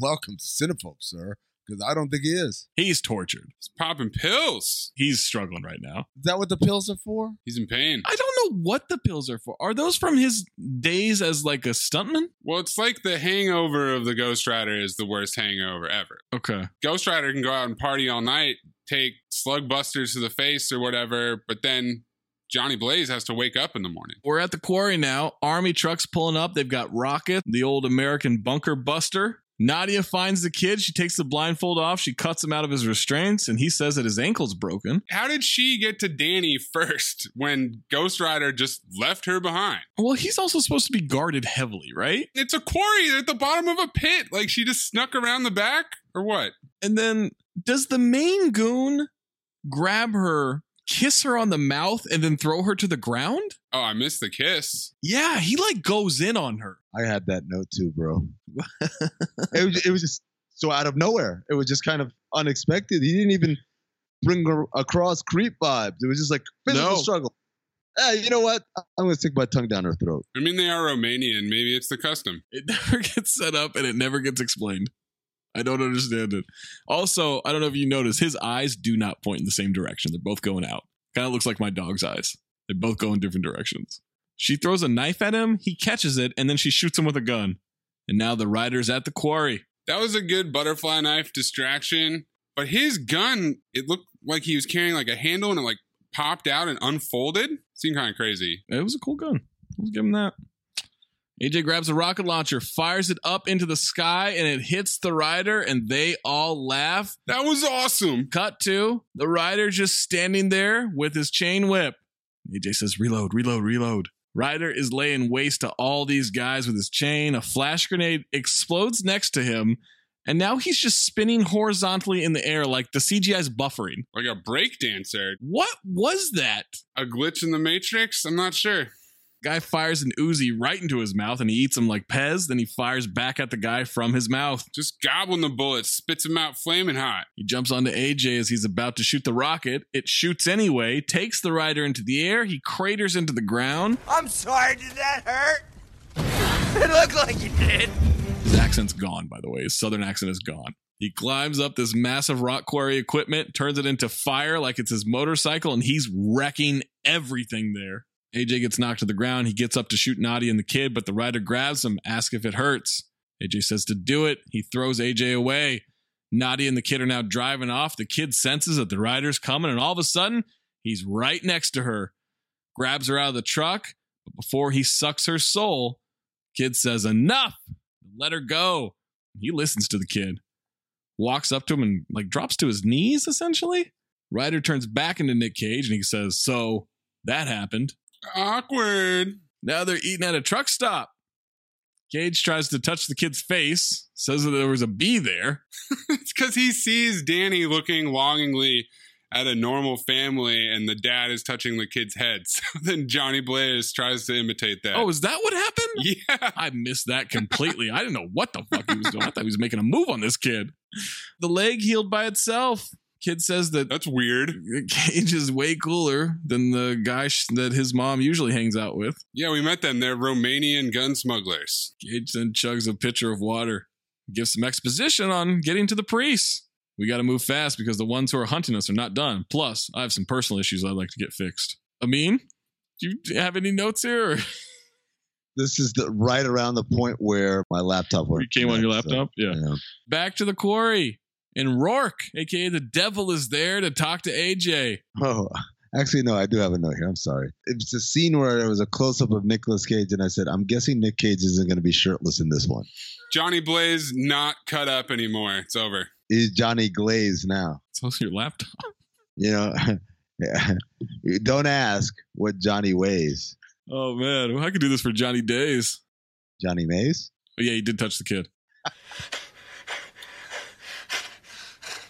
I: Welcome to Cinephobe, sir, because I don't think he is.
A: He's tortured.
E: He's popping pills.
A: He's struggling right now.
I: Is that what the pills are for?
E: He's in pain.
A: I don't know what the pills are for. Are those from his days as like a stuntman?
E: Well, it's like the hangover of the Ghost Rider is the worst hangover ever.
A: Okay.
E: Ghost Rider can go out and party all night, take slug busters to the face or whatever, but then Johnny Blaze has to wake up in the morning.
A: We're at the quarry now. Army trucks pulling up. They've got Rocket, the old American bunker buster. Nadia finds the kid. She takes the blindfold off. She cuts him out of his restraints, and he says that his ankle's broken.
E: How did she get to Danny first when Ghost Rider just left her behind?
A: Well, he's also supposed to be guarded heavily, right?
E: It's a quarry They're at the bottom of a pit. Like she just snuck around the back or what?
A: And then does the main goon grab her kiss her on the mouth and then throw her to the ground?
E: Oh, I missed the kiss.
A: Yeah, he like goes in on her.
I: I had that note too, bro. it, was, it was just so out of nowhere. It was just kind of unexpected. He didn't even bring her across creep vibes. It was just like physical
E: No.
I: struggle. Hey, you know what? I'm gonna stick my tongue down her throat.
E: I mean, they are Romanian. Maybe it's the custom.
A: It never gets set up and it never gets explained. I don't understand it. Also, I don't know if you notice, his eyes do not point in the same direction. They're both going out. Kind of looks like my dog's eyes. They both go in different directions. She throws a knife at him, he catches it, and then she shoots him with a gun. And now the rider's at the quarry.
E: That was a good butterfly knife distraction. But his gun, it looked like he was carrying like a handle and it like popped out and unfolded. Seemed kind of crazy.
A: It was a cool gun. Let's give him that. AJ grabs a rocket launcher, fires it up into the sky, and it hits the rider, and they all laugh.
E: That was awesome.
A: Cut to the rider just standing there with his chain whip. AJ says, reload, reload, reload. Ryder is laying waste to all these guys with his chain. A flash grenade explodes next to him, and now he's just spinning horizontally in the air like the CGI's buffering.
E: Like a break dancer.
A: What was that?
E: A glitch in the Matrix? I'm not sure.
A: Guy fires an Uzi right into his mouth and he eats him like Pez. Then he fires back at the guy from his mouth.
E: Just gobbling the bullets, spits them out flaming hot.
A: He jumps onto AJ as he's about to shoot the rocket. It shoots anyway, takes the rider into the air. He craters into the ground.
U: I'm sorry, did that hurt? it looked like it did.
A: His accent's gone, by the way. His southern accent is gone. He climbs up this massive rock quarry equipment, turns it into fire like it's his motorcycle, and he's wrecking everything there. AJ gets knocked to the ground. He gets up to shoot Nadia and the kid, but the rider grabs him, asks if it hurts. AJ says to do it. He throws AJ away. Nadia and the kid are now driving off. The kid senses that the rider's coming, and all of a sudden, he's right next to her. Grabs her out of the truck, but before he sucks her soul, kid says, Enough! Let her go. He listens to the kid, walks up to him and like drops to his knees, essentially. Ryder turns back into Nick Cage and he says, So that happened.
E: Awkward.
A: Now they're eating at a truck stop. Cage tries to touch the kid's face, says that there was a bee there.
E: it's because he sees Danny looking longingly at a normal family, and the dad is touching the kid's head. So then Johnny Blaze tries to imitate that.
A: Oh, is that what happened?
E: yeah.
A: I missed that completely. I didn't know what the fuck he was doing. I thought he was making a move on this kid. The leg healed by itself. Kid says that
E: That's weird.
A: Cage is way cooler than the guy sh- that his mom usually hangs out with.
E: Yeah, we met them. They're Romanian gun smugglers.
A: Gage then chugs a pitcher of water, gives some exposition on getting to the priests. We got to move fast because the ones who are hunting us are not done. Plus, I have some personal issues I'd like to get fixed. Amin, do you have any notes here? Or
I: This is the right around the point where my laptop went.
A: you came on your
I: dead, so,
A: laptop? Yeah.
I: you know.
A: Back to the quarry. And Rourke, aka the devil, is there to talk to AJ.
I: Oh, actually, no, I do have a note here. I'm sorry. It was a scene where there was a close up of Nicolas Cage, and I said, I'm guessing Nick Cage isn't going to be shirtless in this one.
E: Johnny Blaze not cut up anymore. It's over.
I: He's Johnny Glaze now.
A: It's also your laptop.
I: You know, yeah. don't ask what Johnny weighs.
A: Oh man, well, I could do this for Johnny Days.
I: Johnny Mays?
A: Oh, yeah, he did touch the kid.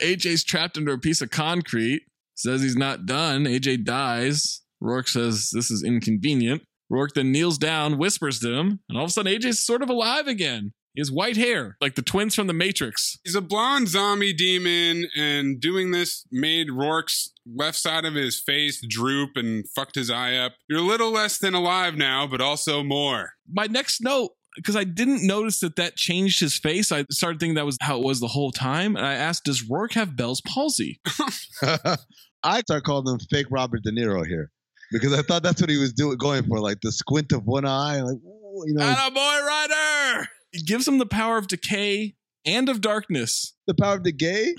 A: AJ's trapped under a piece of concrete, says he's not done. AJ dies. Rourke says this is inconvenient. Rourke then kneels down, whispers to him, and all of a sudden AJ's sort of alive again. He has white hair, like the twins from the Matrix.
E: He's a blonde zombie demon, and doing this made Rourke's left side of his face droop and fucked his eye up. You're a little less than alive now, but also more.
A: My next note, because I didn't notice that that changed his face, I started thinking that was how it was the whole time, and I asked, "Does Rourke have Bell's palsy?"
I: I start calling him fake Robert De Niro here because I thought that's what he was doing, going for, like the squint of one eye, like ooh, you know,
A: boy, Ryder. It gives him the power of decay and of darkness.
I: the power of the gay.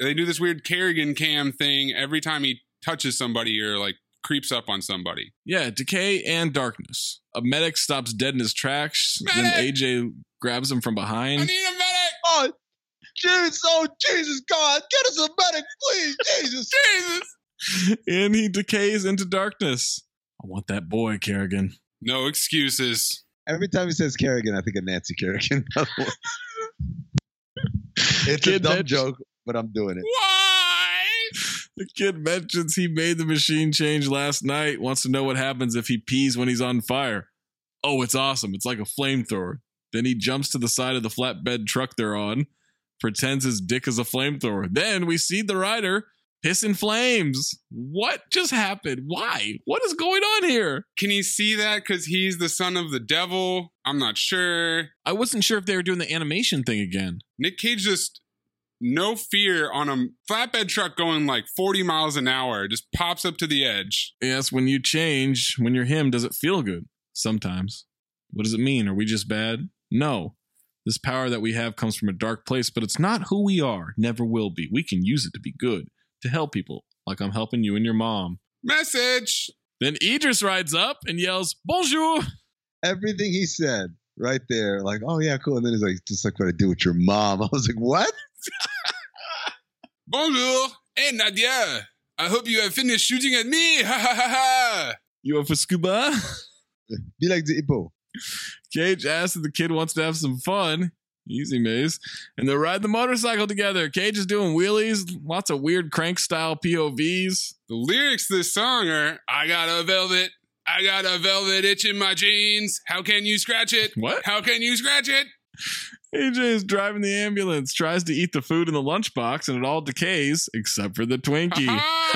E: They do this weird Kerrigan cam thing every time he touches somebody or like creeps up on somebody.
A: Yeah, decay and darkness. A medic stops dead in his tracks. Then
E: Medic!
A: AJ grabs him from
E: I
A: behind.
E: need a medic!
I: Oh, Jesus! Oh, Jesus God! Get us a medic, please, Jesus!
E: Jesus!
A: and he decays into darkness. I want that boy, Kerrigan.
E: No excuses.
I: Every time he says Kerrigan, I think of Nancy Kerrigan. it's a
A: Kid,
I: dumb
A: that's-
I: joke, but I'm doing it.
E: Why?
A: The kid mentions he made the machine change last night, wants to know what happens if he pees when he's on fire. Oh, it's awesome. It's like a flamethrower. Then he jumps to the side of the flatbed truck they're on, pretends his dick is a flamethrower. Then we see the rider piss in flames. What just happened? Why? What is going on here?
E: Can you see that? Because he's the son of the devil. I'm not sure.
A: I wasn't sure if they were doing the animation thing again.
E: Nick Cage just no fear on a flatbed truck going like 40 miles an hour. Just pops up to the edge.
A: Yes, when you change, when you're him, does it feel good? Sometimes. What does it mean? Are we just bad? No. This power that we have comes from a dark place, but it's not who we are, never will be. We can use it to be good, to help people, like I'm helping you and your mom.
E: Message.
A: Then Idris rides up and yells, Bonjour!
I: Everything he said right there, like, oh yeah, cool. And then he's like, just like what I do with your mom. I was like, what?
E: Bonjour. Hey, Nadia. I hope you have finished shooting at me. Ha ha ha ha.
A: You up for scuba?
I: Be like the hippo.
A: Cage asks if the kid wants to have some fun. Easy maze. And they ride the motorcycle together. Cage is doing wheelies, lots of weird crank style POVs.
E: The lyrics to this song are I got a velvet. I got a velvet itch in my jeans. How can you scratch it?
A: What?
E: How can you scratch it?
A: AJ is driving the ambulance, tries to eat the food in the lunchbox, and it all decays except for the Twinkie.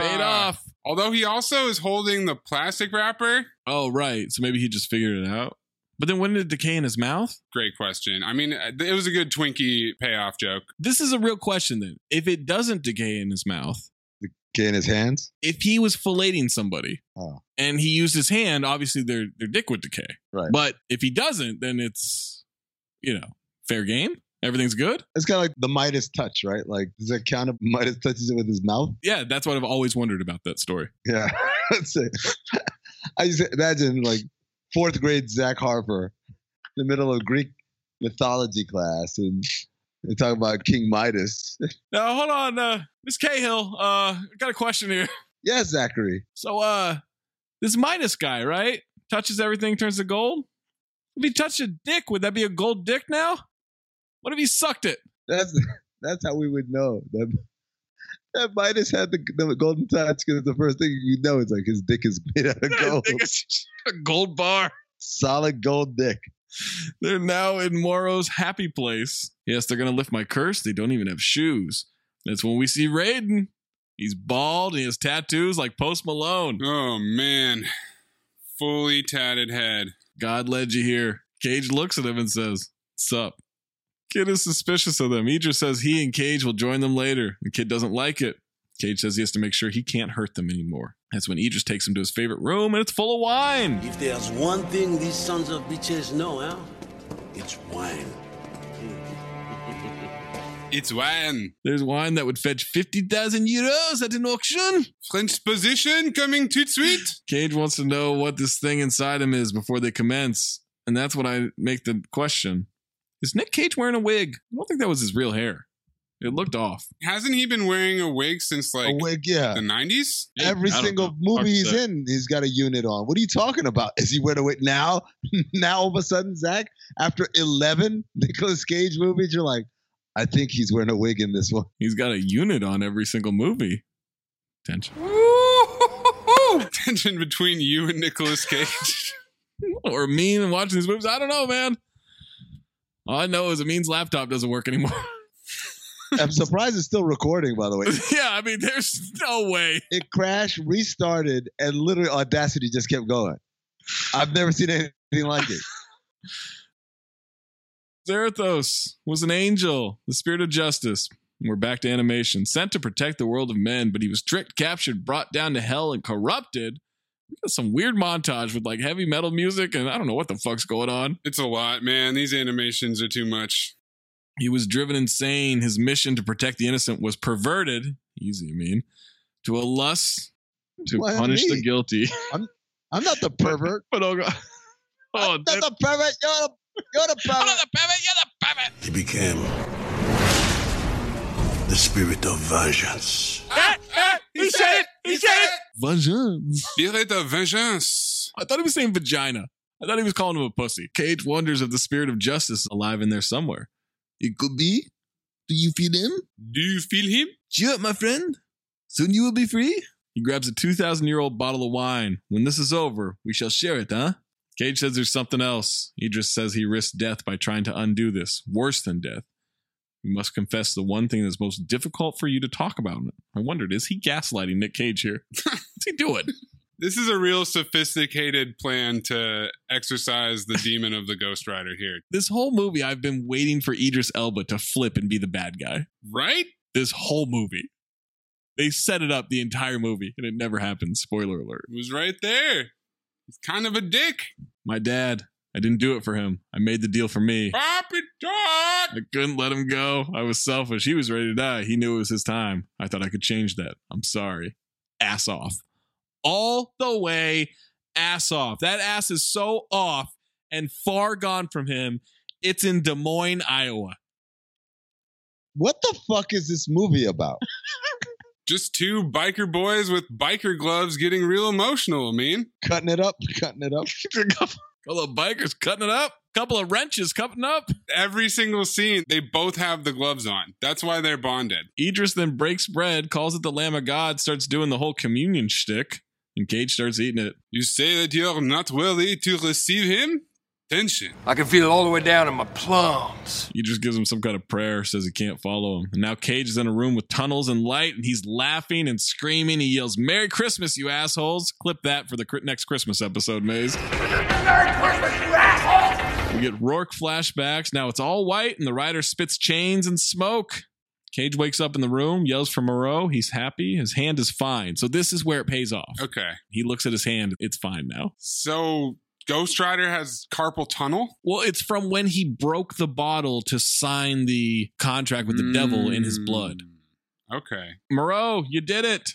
A: Paid off.
E: Although he also is holding the plastic wrapper.
A: Oh, right. So maybe he just figured it out. But then when did it decay in his mouth?
E: Great question. I mean, uh, it was a good Twinkie payoff joke.
A: This is a real question then. If it doesn't decay in his mouth,
I: Decay in his hands?
A: if he was filleting somebody
I: Oh,
A: and he used his hand, obviously their their dick would decay.
I: right.
A: But if he doesn't, then it's you know, fair game. Everything's good.
I: it's kind of like the Midas touch, right? Like, does it count if Midas touches it with his mouth?
A: Yeah, that's what I've always wondered about that story.
I: Yeah. That's it. I just imagine like fourth grade Zach Harper in the middle of Greek mythology class and they talk about King Midas.
A: Now hold on, uh, Miss Cahill. Uh, I got a question here.
I: yeah, Zachary.
A: So, uh, this Midas guy, right? Touches everything, turns to gold. If he touched a dick, would that be a gold dick now? What if he sucked it?
I: That's that's how we would know that that Midas had the, the golden touch because the first thing you know is like his dick is made out of gold,
A: a gold bar.
I: solid gold dick.
A: They're now in Moro's happy place. Yes, they're gonna lift my curse. They don't even have shoes. That's when we see Raiden. He's bald. And he has tattoos like Post Malone.
E: Oh, man. Fully tatted head.
A: God led you here. Cage looks at him and says, Sup. Kid is suspicious of them. Idris says he and Cage will join them later. The kid doesn't like it. Cage says he has to make sure he can't hurt them anymore. That's when Idris takes him to his favorite room and it's full of wine.
D: If there's one thing these sons of bitches know, huh? It's wine.
E: It's when.
A: There's wine that would fetch 50,000 euros at an auction.
E: French position coming too sweet.
A: Cage wants to know what this thing inside him is before they commence. And that's when I make the question Is Nick Cage wearing a wig? I don't think that was his real hair. It looked off.
E: Hasn't he been wearing a wig since like
I: Awake, yeah.
E: the 90s?
I: Every
A: I don't
I: single
A: know.
I: movie he's
A: Hard to say.
I: in, he's got a unit on. What are you talking about? Is he wearing a wig now? now all of a sudden, Zach, after eleven Nicolas Cage movies, you're like, I think he's wearing a wig in this one.
A: He's got a unit on every single movie. Attention.
E: Tension between you and Nicolas Cage.
A: or mean and watching these movies. I don't know, man. All I know is it means laptop doesn't work anymore.
I: I'm surprised it's still recording, by the way.
A: yeah, I mean, there's no way.
I: It crashed, restarted, and literally Audacity just kept going. I've never seen anything like it.
A: Zarathos was an angel, the spirit of justice. And We're back to animation. Sent to protect the world of men, but he was tricked, captured, brought down to hell, and corrupted. We got some weird montage with like heavy metal music, and I don't know what the fuck's going on.
E: It's a lot, man. These animations are too much.
A: He was driven insane. His mission to protect the innocent was perverted, easy, I mean, to a lust to
I: Why
A: punish
I: me?
A: the guilty.
I: I'm not the pervert.
A: But oh god. Oh,
I: I'm not the pervert. You're the, you're the pervert.
D: He became the spirit of vengeance.
E: He said it! He said it!
A: Vengeance.
E: Spirit of vengeance.
A: I thought he was saying vagina. I thought he was calling him a pussy. Cage wonders if the spirit of justice is alive in there somewhere. It could be. Do you feel him?
E: Do you feel him?
A: Cheer up, my friend. Soon you will be free. He grabs a 2,000 year old bottle of wine. When this is over, we shall share it, huh? Cage says there's something else. Idris says he risked death by trying to undo this. Worse than death. You must confess the one thing that's most difficult for you to talk about. I wondered, is he gaslighting Nick Cage here? What's he doing?
E: This is a real sophisticated plan to exercise the demon of the Ghost Rider here,
A: This whole movie, I've been waiting for Idris Elba to flip and be the bad guy.
E: right?
A: This whole movie. They set it up the entire movie, and it never happened. Spoiler alert.
E: It was right there. He's kind of a dick.
A: My dad, I didn't do it for him. I made the deal for me.
E: Papa Dog.
A: I couldn't let him go. I was selfish. He was ready to die. He knew it was his time. I thought I could change that. I'm sorry. Ass off. All the way ass off. That ass is so off and far gone from him. It's in Des Moines, Iowa.
J: What the fuck is this movie about?
E: Just two biker boys with biker gloves getting real emotional, I mean.
J: cutting it up, cutting it up.
A: Couple of bikers cutting it up. Couple of wrenches cutting up.
E: Every single scene, they both have the gloves on. That's why they're bonded.
A: Idris then breaks bread, calls it the Lamb of God, starts doing the whole communion shtick, and Cage starts eating it.
E: You say that you're not worthy to receive him? Tension.
P: I can feel it all the way down in my plums.
A: Idris gives him some kind of prayer, says he can't follow him. And now Cage is in a room with tunnels and light, and he's laughing and screaming. He yells, Merry Christmas, you assholes. Clip that for the cri- next Christmas episode, Maze. We get Rourke flashbacks. Now it's all white, and the rider spits chains and smoke. Cage wakes up in the room, yells for Moreau. He's happy. His hand is fine. So this is where it pays off.
E: Okay.
A: He looks at his hand. It's fine now.
E: So Ghost Rider has carpal tunnel?
A: Well, it's from when he broke the bottle to sign the contract with the devil in his
E: Mm.
A: blood.
E: Hmm. Okay.
A: Moreau, you did it.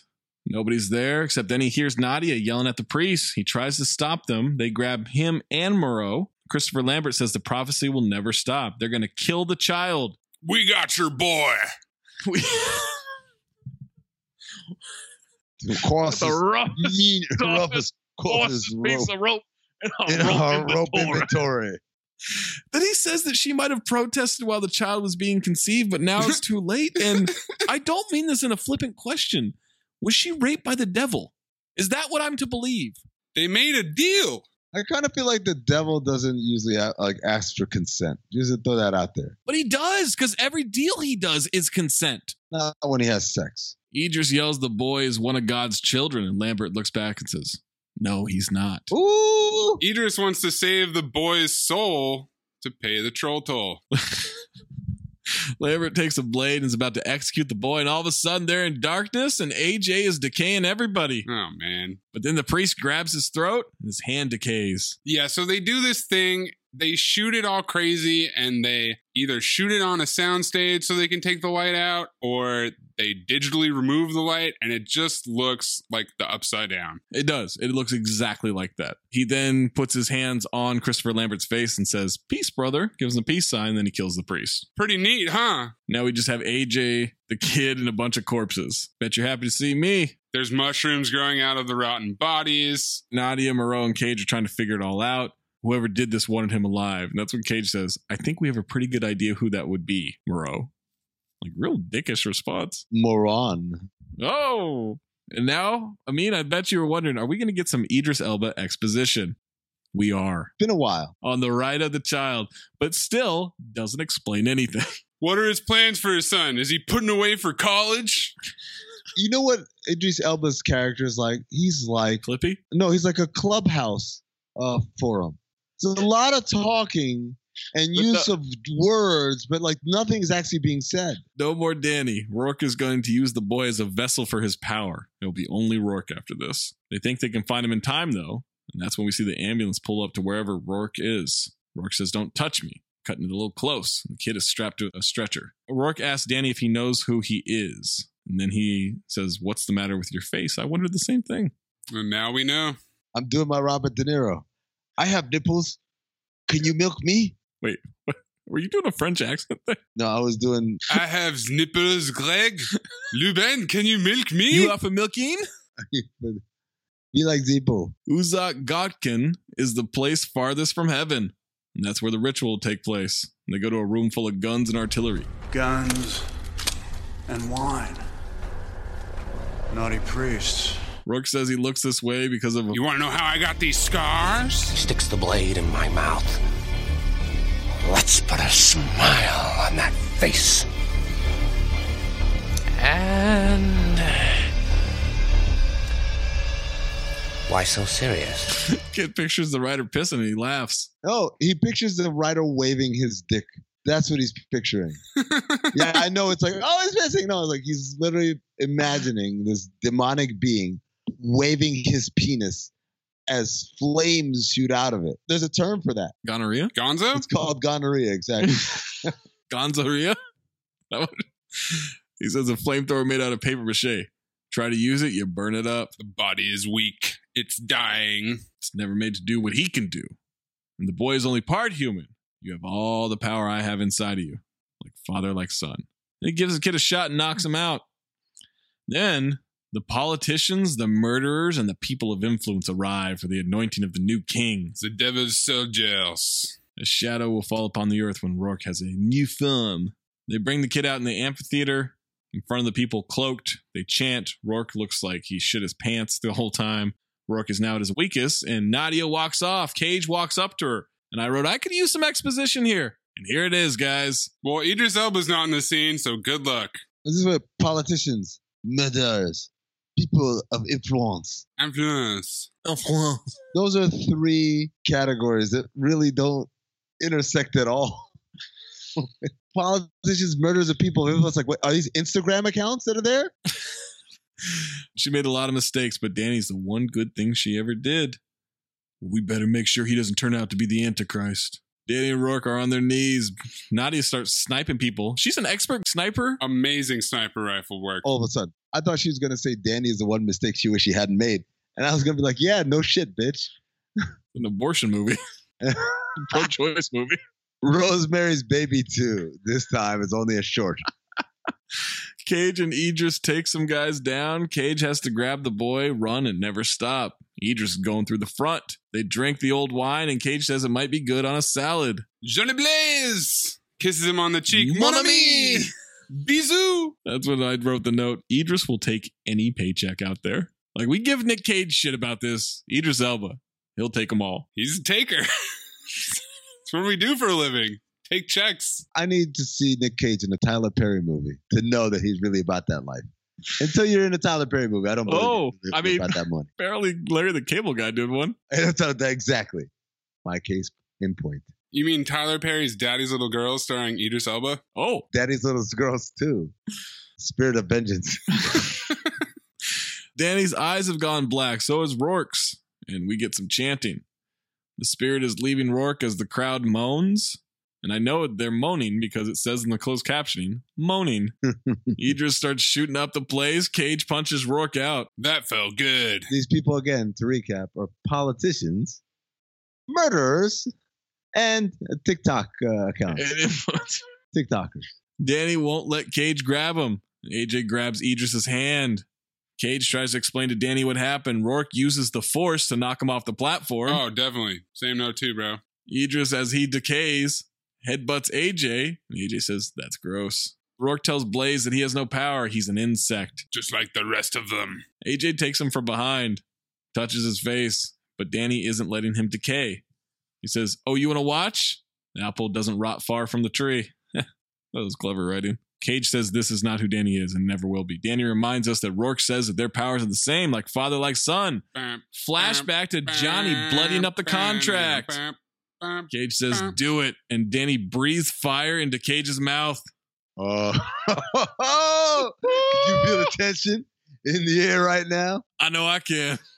A: Nobody's there except then he hears Nadia yelling at the priest. He tries to stop them. They grab him and Moreau. Christopher Lambert says the prophecy will never stop. They're going to kill the child.
E: We got your boy.
A: We-
J: Of course,
A: The
J: it's
A: roughest,
J: mean,
A: toughest,
J: roughest, coarsest rope
A: of rope and
J: in our rope inventory.
A: Then he says that she might have protested while the child was being conceived, but now it's too late. And I don't mean this in a flippant question. Was she raped by the devil? Is that what I'm to believe?
E: They made a deal.
J: I kind of feel like the devil doesn't usually uh, like ask for consent. Just to throw that out there.
A: But he does, because every deal he does is consent.
J: Not when he has sex.
A: Idris yells, The boy is one of God's children. And Lambert looks back and says, No, he's not.
J: Ooh,
E: Idris wants to save the boy's soul to pay the troll toll.
A: Lambert takes a blade and is about to execute the boy. And all of a sudden, they're in darkness, and AJ is decaying everybody.
E: Oh, man.
A: But then the priest grabs his throat, and his hand decays.
E: Yeah, so they do this thing. They shoot it all crazy and they either shoot it on a soundstage so they can take the light out or they digitally remove the light and it just looks like the upside down.
A: It does. It looks exactly like that. He then puts his hands on Christopher Lambert's face and says, Peace, brother. Gives him a peace sign, then he kills the priest.
E: Pretty neat, huh?
A: Now we just have AJ, the kid, and a bunch of corpses. Bet you're happy to see me.
E: There's mushrooms growing out of the rotten bodies.
A: Nadia, Moreau, and Cage are trying to figure it all out. Whoever did this wanted him alive. And that's when Cage says, I think we have a pretty good idea who that would be, Moreau. Like, real dickish response.
J: moron.
A: Oh. And now, I mean, I bet you were wondering, are we going to get some Idris Elba exposition? We are.
J: Been a while.
A: On the right of the child, but still doesn't explain anything.
E: What are his plans for his son? Is he putting away for college?
J: You know what Idris Elba's character is like? He's like
A: Clippy?
J: no, he's like a clubhouse uh, forum. So a lot of talking and
A: But
J: use of words, but like nothing's actually being said.
A: No more Danny. Rourke is going to use the boy as a vessel for his power. It'll be only Rourke after this. They think they can find him in time, though, and that's when we see the ambulance pull up to wherever Rourke is. Rourke says, Don't touch me. Cutting it a little close. The kid is strapped to a stretcher. Rourke asks Danny if he knows who he is. And then he says, What's the matter with your face? I wondered the same thing.
E: And now we know.
J: I'm doing my Robert De Niro. I have nipples. Can you milk me?
A: Were you doing a French accent there?
J: No, I was doing.
E: I have nipples, Greg. Luben, can you milk me?
A: You up for milking?
J: Be like Zippo.
A: Uzak Gotkin is the place farthest from heaven. And that's where the ritual will take place. And they go to a room full of guns and artillery.
O: Guns and wine.
S: Naughty priests.
A: Rourke says he looks this way because of.
E: You want to know how I got these scars?
F: He sticks the blade in my mouth. Let's put a smile on that face. And. Why so serious?
A: Kid pictures the writer pissing and he laughs.
I: Oh, he pictures the writer waving his dick. That's what he's picturing. yeah, I know. It's like, oh, he's missing. No, it's like he's literally imagining this demonic being waving his penis as flames shoot out of it. There's a term for that.
A: Gonorrhea? Gonzo?
I: It's called gonorrhea, exactly.
A: Gonzoria? That one? He says a flamethrower made out of paper mache. Try to use it, you burn it up.
E: The body is weak. It's dying.
A: It's never made to do what he can do. And the boy is only part human. You have all the power I have inside of you, like father, like son. And he gives the kid a shot and knocks him out. Then the politicians, the murderers, and the people of influence arrive for the anointing of the new king.
E: The devil's soldiers.
A: A shadow will fall upon the earth when Rourke has a new thumb. They bring the kid out in the amphitheater in front of the people, cloaked. They chant. Rourke looks like he shit his pants the whole time. Rourke is now at his weakest, and Nadia walks off. Cage walks up to her, and I wrote, I could use some exposition here. And here it is, guys.
E: Well, Idris Elba's not in the scene, so good luck.
I: This is what politicians, murderers, people of influence.
E: Influence.
I: Influence. Those are three categories that really don't intersect at all. politicians, murderers of people of influence. Like, what, are these Instagram accounts that are there?
A: She made a lot of mistakes, but Danny's the one good thing she ever did. We better make sure he doesn't turn out to be the Antichrist. Danny and Rourke are on their knees. Nadia starts sniping people. She's an expert sniper.
E: Amazing sniper rifle work.
I: All of a sudden, I thought she was gonna say Danny is the one mistake she wish she hadn't made, and I was gonna be like, "Yeah, no shit, bitch."
A: An abortion movie, pro-choice movie.
I: Rosemary's Baby too. This time it's only a short.
A: Cage and Idris take some guys down. Cage has to grab the boy, run, and never stop. Idris is going through the front. They drink the old wine, and Cage says it might be good on a salad.
E: Johnny Blaze kisses him on the cheek. Mon ami! Bisou!
A: That's when I wrote the note. Idris will take any paycheck out there. Like, we give Nick Cage shit about this. Idris Elba, he'll take them all.
E: He's a taker. That's what we do for a living. Take checks.
I: I need to see Nick Cage in a Tyler Perry movie to know that he's really about that life. Until you're in a Tyler Perry movie, I don't believe
A: Oh,
I: you're
A: I mean-
I: about that money.
A: Apparently, Larry the Cable Guy did one.
I: And that's how- that- exactly my case in point.
E: You mean Tyler Perry's Daddy's Little Girl starring Idris Elba?
A: Oh,
I: Daddy's little girls too. Spirit of vengeance.
A: Danny's eyes have gone black, so is Rourke's, and we get some chanting. The spirit is leaving Rourke as the crowd moans, and I know they're moaning because it says in the closed captioning, moaning. Idris starts shooting up the place. Cage punches Rourke out.
E: That felt good.
I: These people again, to recap, are politicians, murderers, and TikTok uh, accounts.
A: And influence.
I: TikTokers.
A: Danny won't let Cage grab him. AJ grabs Idris's hand. Cage tries to explain to Danny what happened. Rourke uses the force to knock him off the platform.
E: Oh, definitely. Same note too, bro.
A: Idris, as he decays, headbutts AJ. And AJ says, That's gross. Rourke tells Blaze that he has no power. He's an insect.
E: Just like the rest of them.
A: AJ takes him from behind, touches his face, but Danny isn't letting him decay. He says, Oh, you want to watch? The apple doesn't rot far from the tree. that was clever writing. Cage says this is not who Danny is and never will be. Danny reminds us that Rourke says that their powers are the same, like father, like son.
E: Bam,
A: Flashback to Johnny bloodying up the contract.
E: bam, bam.
A: Cage says, "Do it," and Danny breathes fire into Cage's mouth.
I: Oh, Could you feel the tension in the air right now?
A: I know I can.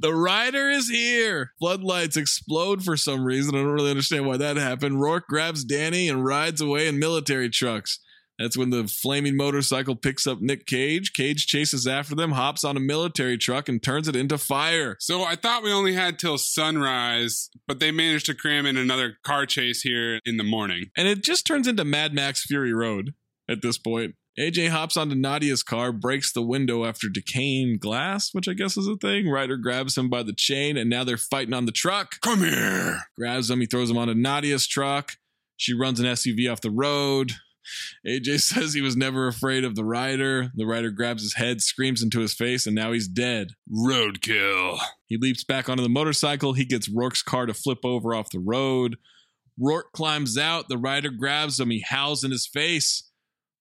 A: The rider is here. Floodlights explode for some reason. I don't really understand why that happened. Rourke grabs Danny and rides away in military trucks. That's when the flaming motorcycle picks up Nick Cage. Cage chases after them, hops on a military truck, and turns it into fire.
E: So I thought we only had till sunrise, but they managed to cram in another car chase here in the morning.
A: And it just turns into Mad Max Fury Road at this point. AJ hops onto Nadia's car, breaks the window after decaying glass, which I guess is a thing. Ryder grabs him by the chain, and now they're fighting on the truck.
E: Come here.
A: Grabs him, he throws him onto Nadia's truck. She runs an SUV off the road. AJ says he was never afraid of the rider. The rider grabs his head, screams into his face, and now he's dead. Roadkill. He leaps back onto the motorcycle. He gets Rourke's car to flip over off the road. Rourke climbs out. The rider grabs him. He howls in his face.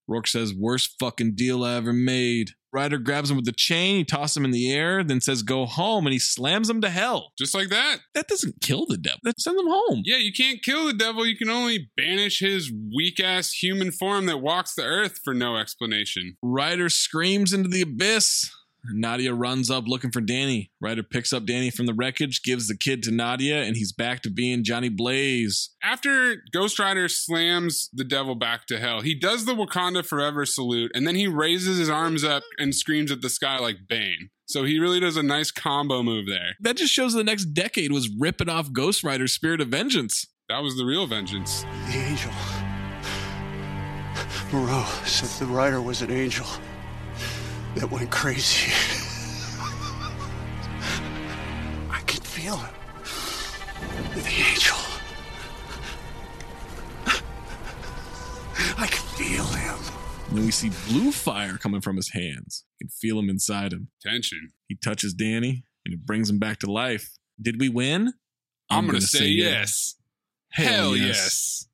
A: Rourke says, Worst fucking deal I ever made. Ryder grabs him with the chain, he tosses him in the air, then says, Go home, and he slams him to hell.
E: Just like that.
A: That doesn't kill the devil, that sends him home.
E: Yeah, you can't kill the devil. You can only banish his weak ass human form that walks the earth for no explanation.
A: Ryder screams into the abyss. Nadia runs up looking for Danny. Ryder picks up Danny from the wreckage, gives the kid to Nadia, and he's back to being Johnny Blaze.
E: After Ghost Rider slams the devil back to hell, he does the Wakanda Forever salute and then he raises his arms up and screams at the sky like Bane. So he really does a nice combo move there.
A: That just shows the next decade was ripping off Ghost Rider's spirit of vengeance.
E: That was the real vengeance.
S: The angel. Moreau said the rider was an angel that went crazy. I can feel it. The angel. I can feel him.
A: And then we see blue fire coming from his hands. You can feel him inside him.
E: Tension.
A: He touches Danny and it brings him back to life. Did we win?
E: I'm, gonna, say, yes. Hell yes.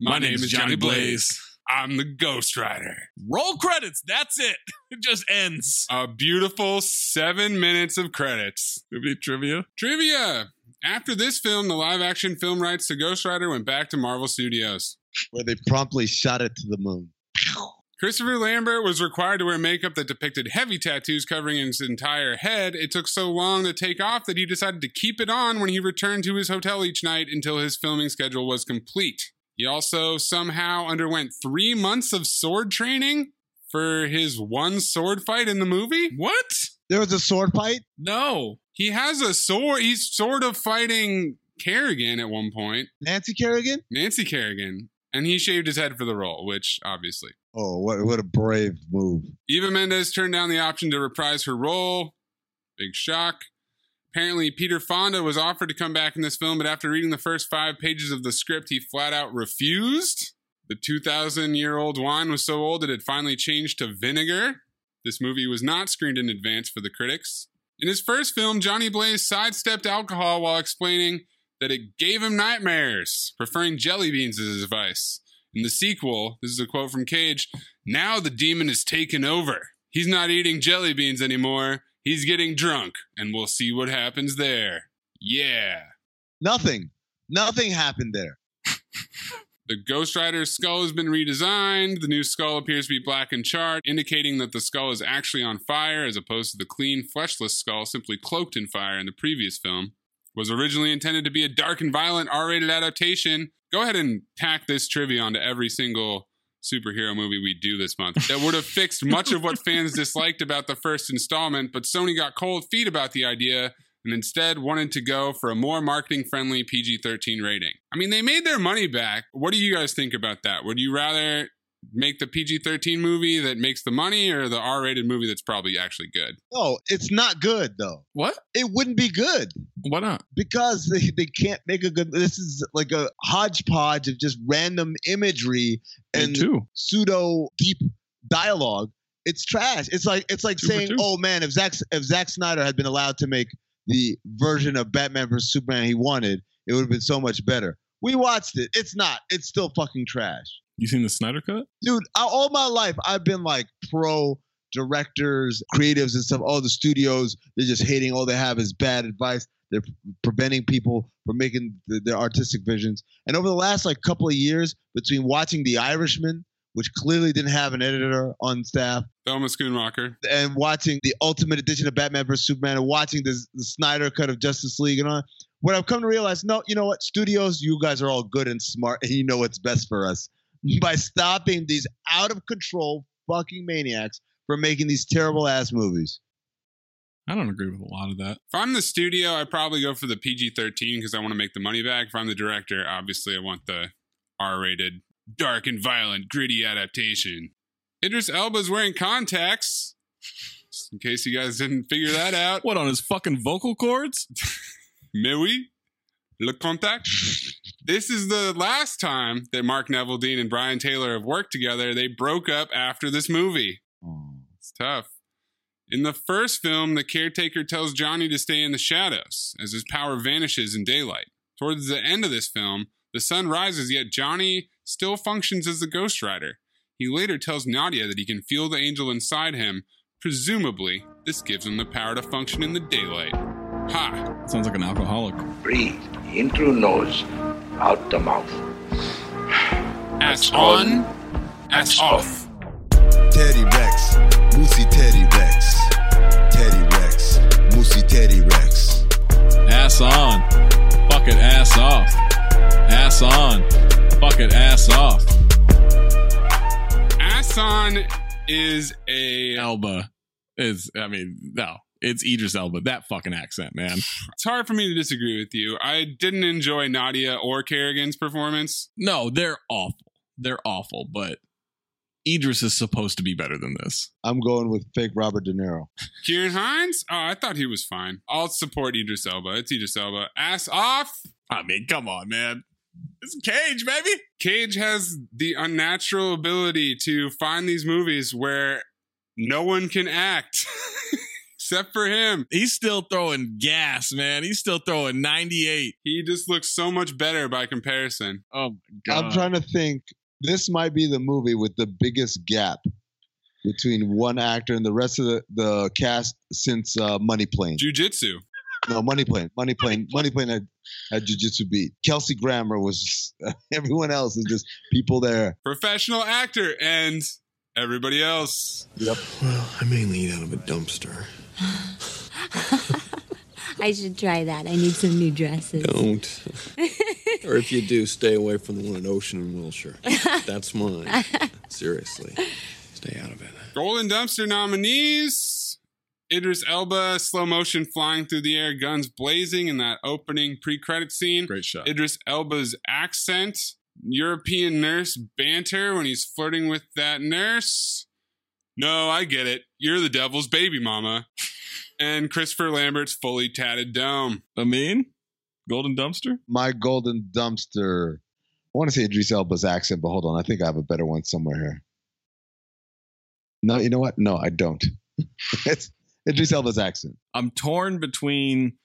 E: My, name, is Johnny Blaze. I'm the Ghost Rider.
A: Roll credits. That's it. It just ends.
E: A beautiful seven minutes of credits.
A: Maybe trivia.
E: Trivia. After this film, the live action film rights to Ghost Rider went back to Marvel Studios.
I: where they promptly shot it to the moon.
E: Christopher Lambert was required to wear makeup that depicted heavy tattoos covering his entire head. It took so long to take off that he decided to keep it on when he returned to his hotel each night until his filming schedule was complete. He also somehow underwent three months of sword training for his one sword fight in the movie.
A: What?
I: There was a sword fight.
A: No.
E: He has a sword. He's sort of fighting Kerrigan at one point,
I: Nancy Kerrigan.
E: Nancy Kerrigan, and he shaved his head for the role, which obviously.
I: Oh, what what a brave move!
E: Eva Mendes turned down the option to reprise her role. Big shock. Apparently, Peter Fonda was offered to come back in this film, but after reading the first five pages of the script, he flat out refused. The 2,000 year old wine was so old it had finally changed to vinegar. This movie was not screened in advance for the critics. In his first film, Johnny Blaze sidestepped alcohol while explaining that it gave him nightmares, preferring jelly beans as his vice. In the sequel, this is a quote from Cage now the demon is taken over. He's not eating jelly beans anymore. He's getting drunk, and we'll see what happens there. Yeah.
I: Nothing. Nothing happened there.
E: The Ghost Rider's skull has been redesigned. The new skull appears to be black and charred, indicating that the skull is actually on fire as opposed to the clean, fleshless skull simply cloaked in fire in the previous film. Was originally intended to be a dark and violent R rated adaptation. Go ahead and tack this trivia onto every single superhero movie we do this month. That would have fixed much of what fans disliked about the first installment, but Sony got cold feet about the idea and instead wanted to go for a more marketing friendly PG 13 rating. I mean, they made their money back. What do you guys think about that? Would you rather make the PG 13 movie that makes the money or the R rated movie that's probably actually good?
I: No, it's not good though.
A: What?
I: It wouldn't be good
A: Why not?
I: because they, they can't make a good. This is like a hodgepodge of just random imagery and
A: too.
I: pseudo deep dialogue. It's trash. It's like it's like
A: Two for
I: saying,
A: two.
I: "Oh man, if Zack if Zack Snyder had been allowed to make the version of Batman vs Superman he wanted, it would have been so much better." We watched it. It's not. It's still fucking trash.
A: You seen the Snyder Cut?
I: dude, I, all my life I've been like pro directors, creatives, and stuff. All the studios, they're just hating. All they have is bad advice. They're preventing people from making the, their artistic visions. And over the last like couple of years, between watching The Irishman, which clearly didn't have an editor on staff,
E: Thelma Schoonrocker.
I: and watching the Ultimate Edition of Batman vs Superman, and watching the, the Snyder cut of Justice League, and all. that, What I've come to realize, no, you know what? Studios, you guys are all good and smart, and you know what's best for us. By stopping these out of control fucking maniacs from making these terrible ass movies.
A: I don't agree with a lot of that.
E: If I'm the studio, I probably go for the PG 13 because I want to make the money back. If I'm the director, obviously I want the R rated, dark and violent, gritty adaptation. Idris Elba's wearing contacts. Just in case you guys didn't figure that out.
A: What on his fucking vocal cords?
E: Mais oui, le contact. This is the last time that Mark Neville Dean and Brian Taylor have worked together. They broke up after this movie. It's tough. In the first film, the caretaker tells Johnny to stay in the shadows as his power vanishes in daylight. Towards the end of this film, the sun rises, yet Johnny still functions as the Ghost Rider. He later tells Nadia that he can feel the angel inside him. Presumably, this gives him the power to function in the daylight. Ha!
A: Sounds like an alcoholic.
E: Breathe.
L: In through nose, out the mouth.
E: Ass on, ass off.
V: Teddy Rex, Moosey Teddy Rex, Teddy Rex, Moosey Teddy Rex.
A: Ass on. Fuck it, ass off. Ass on. Fuck it, ass off.
E: Asan is a
A: Elba is, I mean, no, it's Idris Elba. That fucking accent, man.
E: It's hard for me to disagree with you. I didn't enjoy Nadia or Kerrigan's performance.
A: No, they're awful. They're awful, but Idris is supposed to be better than this.
J: I'm going with fake Robert De Niro.
E: Kieran Hines? Oh, I thought he was fine. I'll support Idris Elba. It's Idris Elba. Ass off.
A: I mean, come on, man. It's Cage, baby.
E: Cage has the unnatural ability to find these movies where no one can act except for him.
A: He's still throwing gas, man. He's still throwing 98.
E: He just looks so much better by comparison.
A: Oh, my
J: I'm trying to think. This might be the movie with the biggest gap between one actor and the rest of the, the cast since uh, Money Plane.
E: Jujitsu.
J: No, Money Plane. Money Plane. Money Plane had, had jujitsu beat. Kelsey Grammer was everyone else is just people there.
E: Professional actor and everybody else.
J: Yep.
S: Well, I mainly eat out of a dumpster.
W: I should try that. I need some new dresses.
S: Don't. or if you do, stay away from the one in Ocean and Wilshire. That's mine. Seriously. Stay out of it.
E: Golden Dumpster nominees. Idris Elba, slow motion flying through the air, guns blazing in that opening pre credit scene.
A: Great shot.
E: Idris Elba's accent, European nurse banter when he's flirting with that nurse. No, I get it. You're the devil's baby mama. And Christopher Lambert's fully tatted dome.
A: I mean, Golden Dumpster?
J: My golden dumpster. I want to say Idris Elba's accent, but hold on. I think I have a better one somewhere here. No, you know what? No, I don't. it's Idris Elba's accent.
A: I'm torn between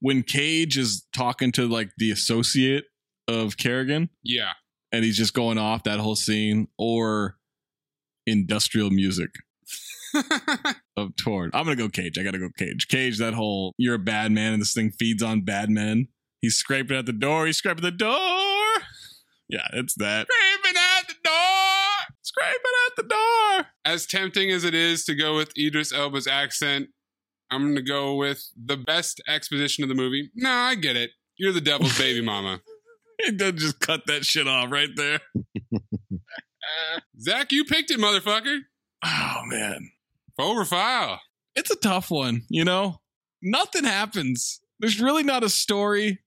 A: when Cage is talking to like the associate of Kerrigan
E: Yeah.
A: and he's just going off that whole scene or industrial music. I'm torn. I'm gonna go Cage. I gotta go Cage. Cage, that whole you're a bad man and this thing feeds on bad men. He's scraping at the door, he's scraping at the door. Yeah, it's that.
E: Scraping at the door!
A: Scraping at the door.
E: As tempting as it is to go with Idris Elba's accent, I'm going to go with the best exposition of the movie. Nah, I get it. You're the devil's baby mama.
A: It does just cut that shit off right there.
E: Zach, you picked it, motherfucker.
A: Oh man.
E: Over file.
A: It's a tough one, you know? Nothing happens. There's really not a story.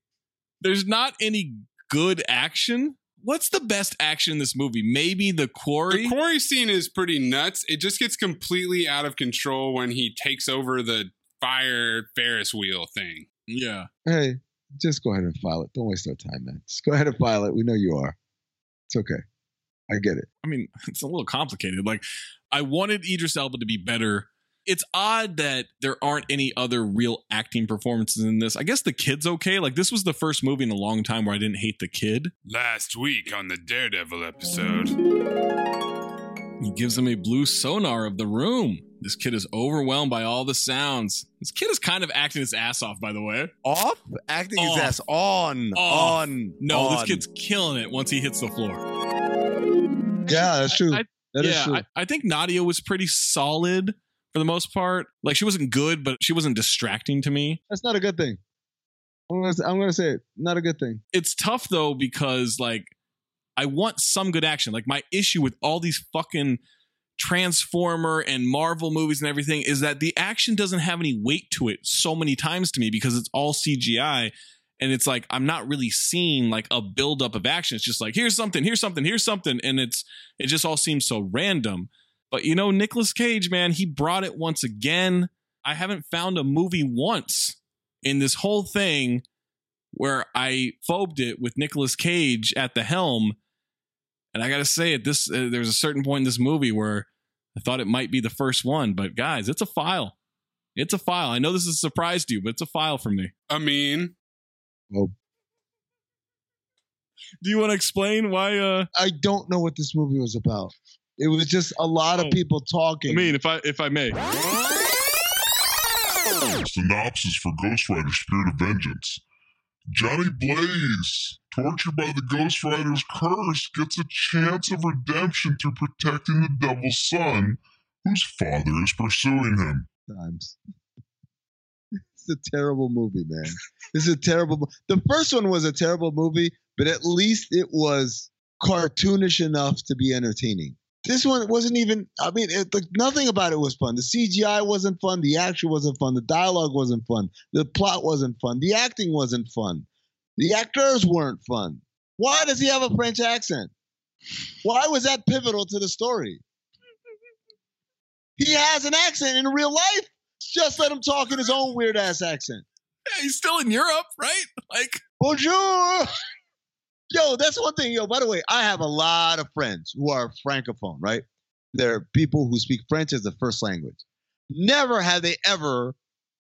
A: There's not any good action. What's the best action in this movie? Maybe the quarry?
E: The quarry scene is pretty nuts. It just gets completely out of control when he takes over the fire Ferris wheel thing.
A: yeah.
J: Hey, just go ahead and file it. Don't waste our time, man. Just go ahead and file it. We know you are. It's okay. I get it.
A: I mean, it's a little complicated. Like, I wanted Idris Elba to be better. It's odd that there aren't any other real acting performances in this. I guess the kid's okay. Like, this was the first movie in a long time where I didn't hate the kid.
E: Last week on the Daredevil episode.
A: He gives him a blue sonar of the room. This kid is overwhelmed by all the sounds. This kid is kind of acting his ass off, by the way.
X: Off? Acting
A: Off.
X: his ass on.
A: Off.
X: On.
A: No, this
X: on.
A: kid's killing it once he hits the floor.
J: Yeah, that's true.
A: I-
J: That is
A: yeah,
J: true.
A: I, I think Nadia was pretty solid for the most part. Like she wasn't good, but she wasn't distracting to me.
J: that's not a good thing. I'm gonna, I'm gonna say it. Not a good thing.
A: It's tough though because like I want some good action. Like my issue with all these fucking Transformer and Marvel movies and everything is that the action doesn't have any weight to it so many times to me because it's all CGI and it's like I'm not really seeing like a buildup of action. It's just like here's something, here's something, here's something, and it's it just all seems so random. But you know, Nicolas Cage, man, he brought it once again. I haven't found a movie once in this whole thing where I phobed it with Nicolas Cage at the helm. And I got to say, at this, uh, there's a certain point in this movie where I thought it might be the first one, but guys, it's a file. It's a file. I know this is a surprise to you, but it's a file for me.
E: I mean,
A: Do you want to explain why? Uh,
I: I don't know what this movie was about. It was just a lot of people talking.
A: I mean, if I if I may,
H: Synopsis for Ghost Rider Spirit of Vengeance. Johnny Blaze, tortured by the Ghost Rider's curse, gets a chance of redemption through protecting the Devil's Son, whose father is pursuing him.
I: times. It's a terrible movie, man. This is a terrible. mo- The first one was a terrible movie, but at least it was cartoonish enough to be entertaining. This one wasn't even. I mean, it, like nothing about it was fun. The CGI wasn't fun. The action wasn't fun. The dialogue wasn't fun. The plot wasn't fun. The acting wasn't fun. The actors weren't fun. Why does he have a French accent? Why was that pivotal to the story? He has an accent in real life. Just let him talk in his own weird ass accent.
A: he's still in Europe, right? Like,
I: bonjour. Yo, that's one thing. Yo, by the way, I have a lot of friends who are francophone, right? They're people who speak French as the first language. Never have they ever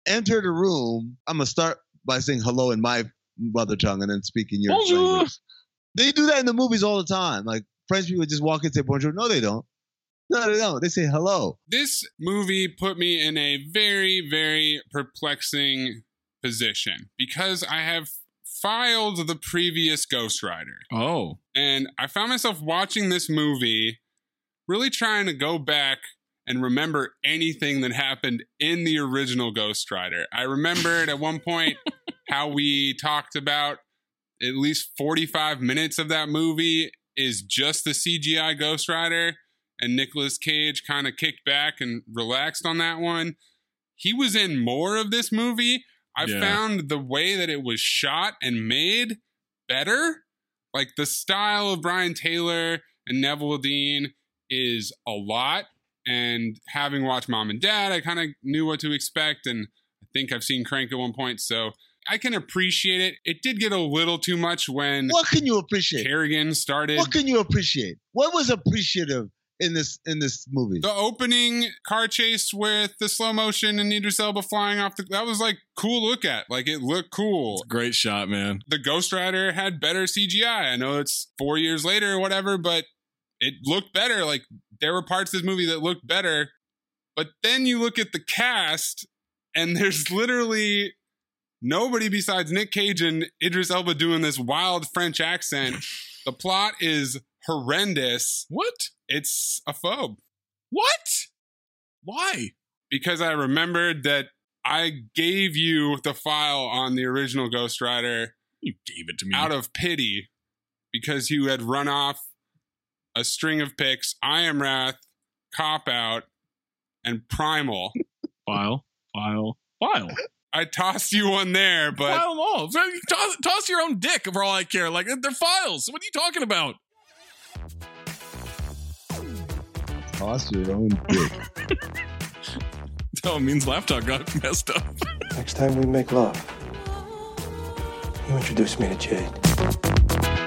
I: entered a room. I'm gonna start by saying hello in my mother tongue and then speak in your
A: Bonjour.
I: language. They do that in the movies all the time. Like French people just walk in and say bonjour. No, they don't. No, they don't. They say hello.
E: this movie put me in a very, very perplexing position because I have filed the previous Ghost Rider.
A: oh,
E: And I found myself watching this movie, really trying to go back and remember anything that happened in the original Ghost Rider. I remembered at one point how we talked about at least 45 minutes of that movie is just the CGI Ghost Rider, and Nicolas Cage kind of kicked back and relaxed on that one. He was in more of this movie. I
A: Yeah.
E: found the way that it was shot and made better. Like the style of Brian Taylor and Neville Dean is a lot. And having watched Mom and Dad, I kind of knew what to expect. And I think I've seen Crank at one point. So I can appreciate it. It did get a little too much when
I: What can you appreciate?
E: Kerrigan started.
I: What can you appreciate? What was appreciative in this in this movie?
E: the opening car chase with the slow motion and Idris Elba flying off the that was like cool to look at. Like it looked cool.
A: great shot, man.
E: The Ghost Rider had better CGI. I know it's four years later or whatever, but it looked better. Like there were parts of this movie that looked better. But then you look at the cast, and there's literally nobody besides Nick Cage and Idris Elba doing this wild French accent. the plot is horrendous.
A: What?
E: It's a phobe
A: What? Why?
E: because I remembered that I gave you the file on the original Ghost Rider
A: You gave it to me.
E: out of pity because you had run off a string of picks I Am Wrath, Cop Out, and Primal.
A: file, file, file.
E: I tossed you one there, but
A: file them all. Toss, toss your own dick for all I care. Like they're files. What are you talking about?
I: Toss your own dick.
A: That's how Oh, it means laptop got messed up.
Y: Next time we make love, you introduce me to Jade.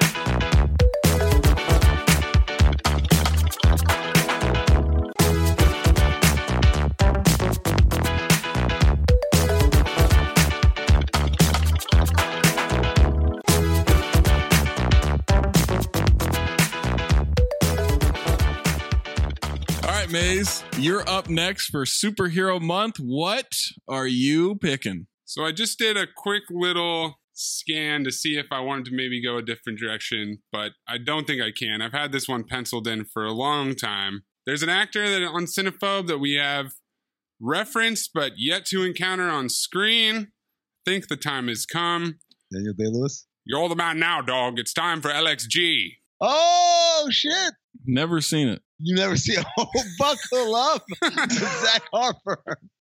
A: All right, Maze, you're up next for Superhero Month. What are you picking?
E: so I just did a quick little scan to see if I wanted to maybe go a different direction, but I don't think I can. I've had this one penciled in for a long time. There's an actor that on Cinephobe that we have referenced but yet to encounter on screen. think the time has come.
I: Daniel Day Lewis.
E: You're all the man now, dog. It's time for LXG.
I: Oh shit!
A: Never seen it.
I: You never see a whole buckle up to Zach Harper.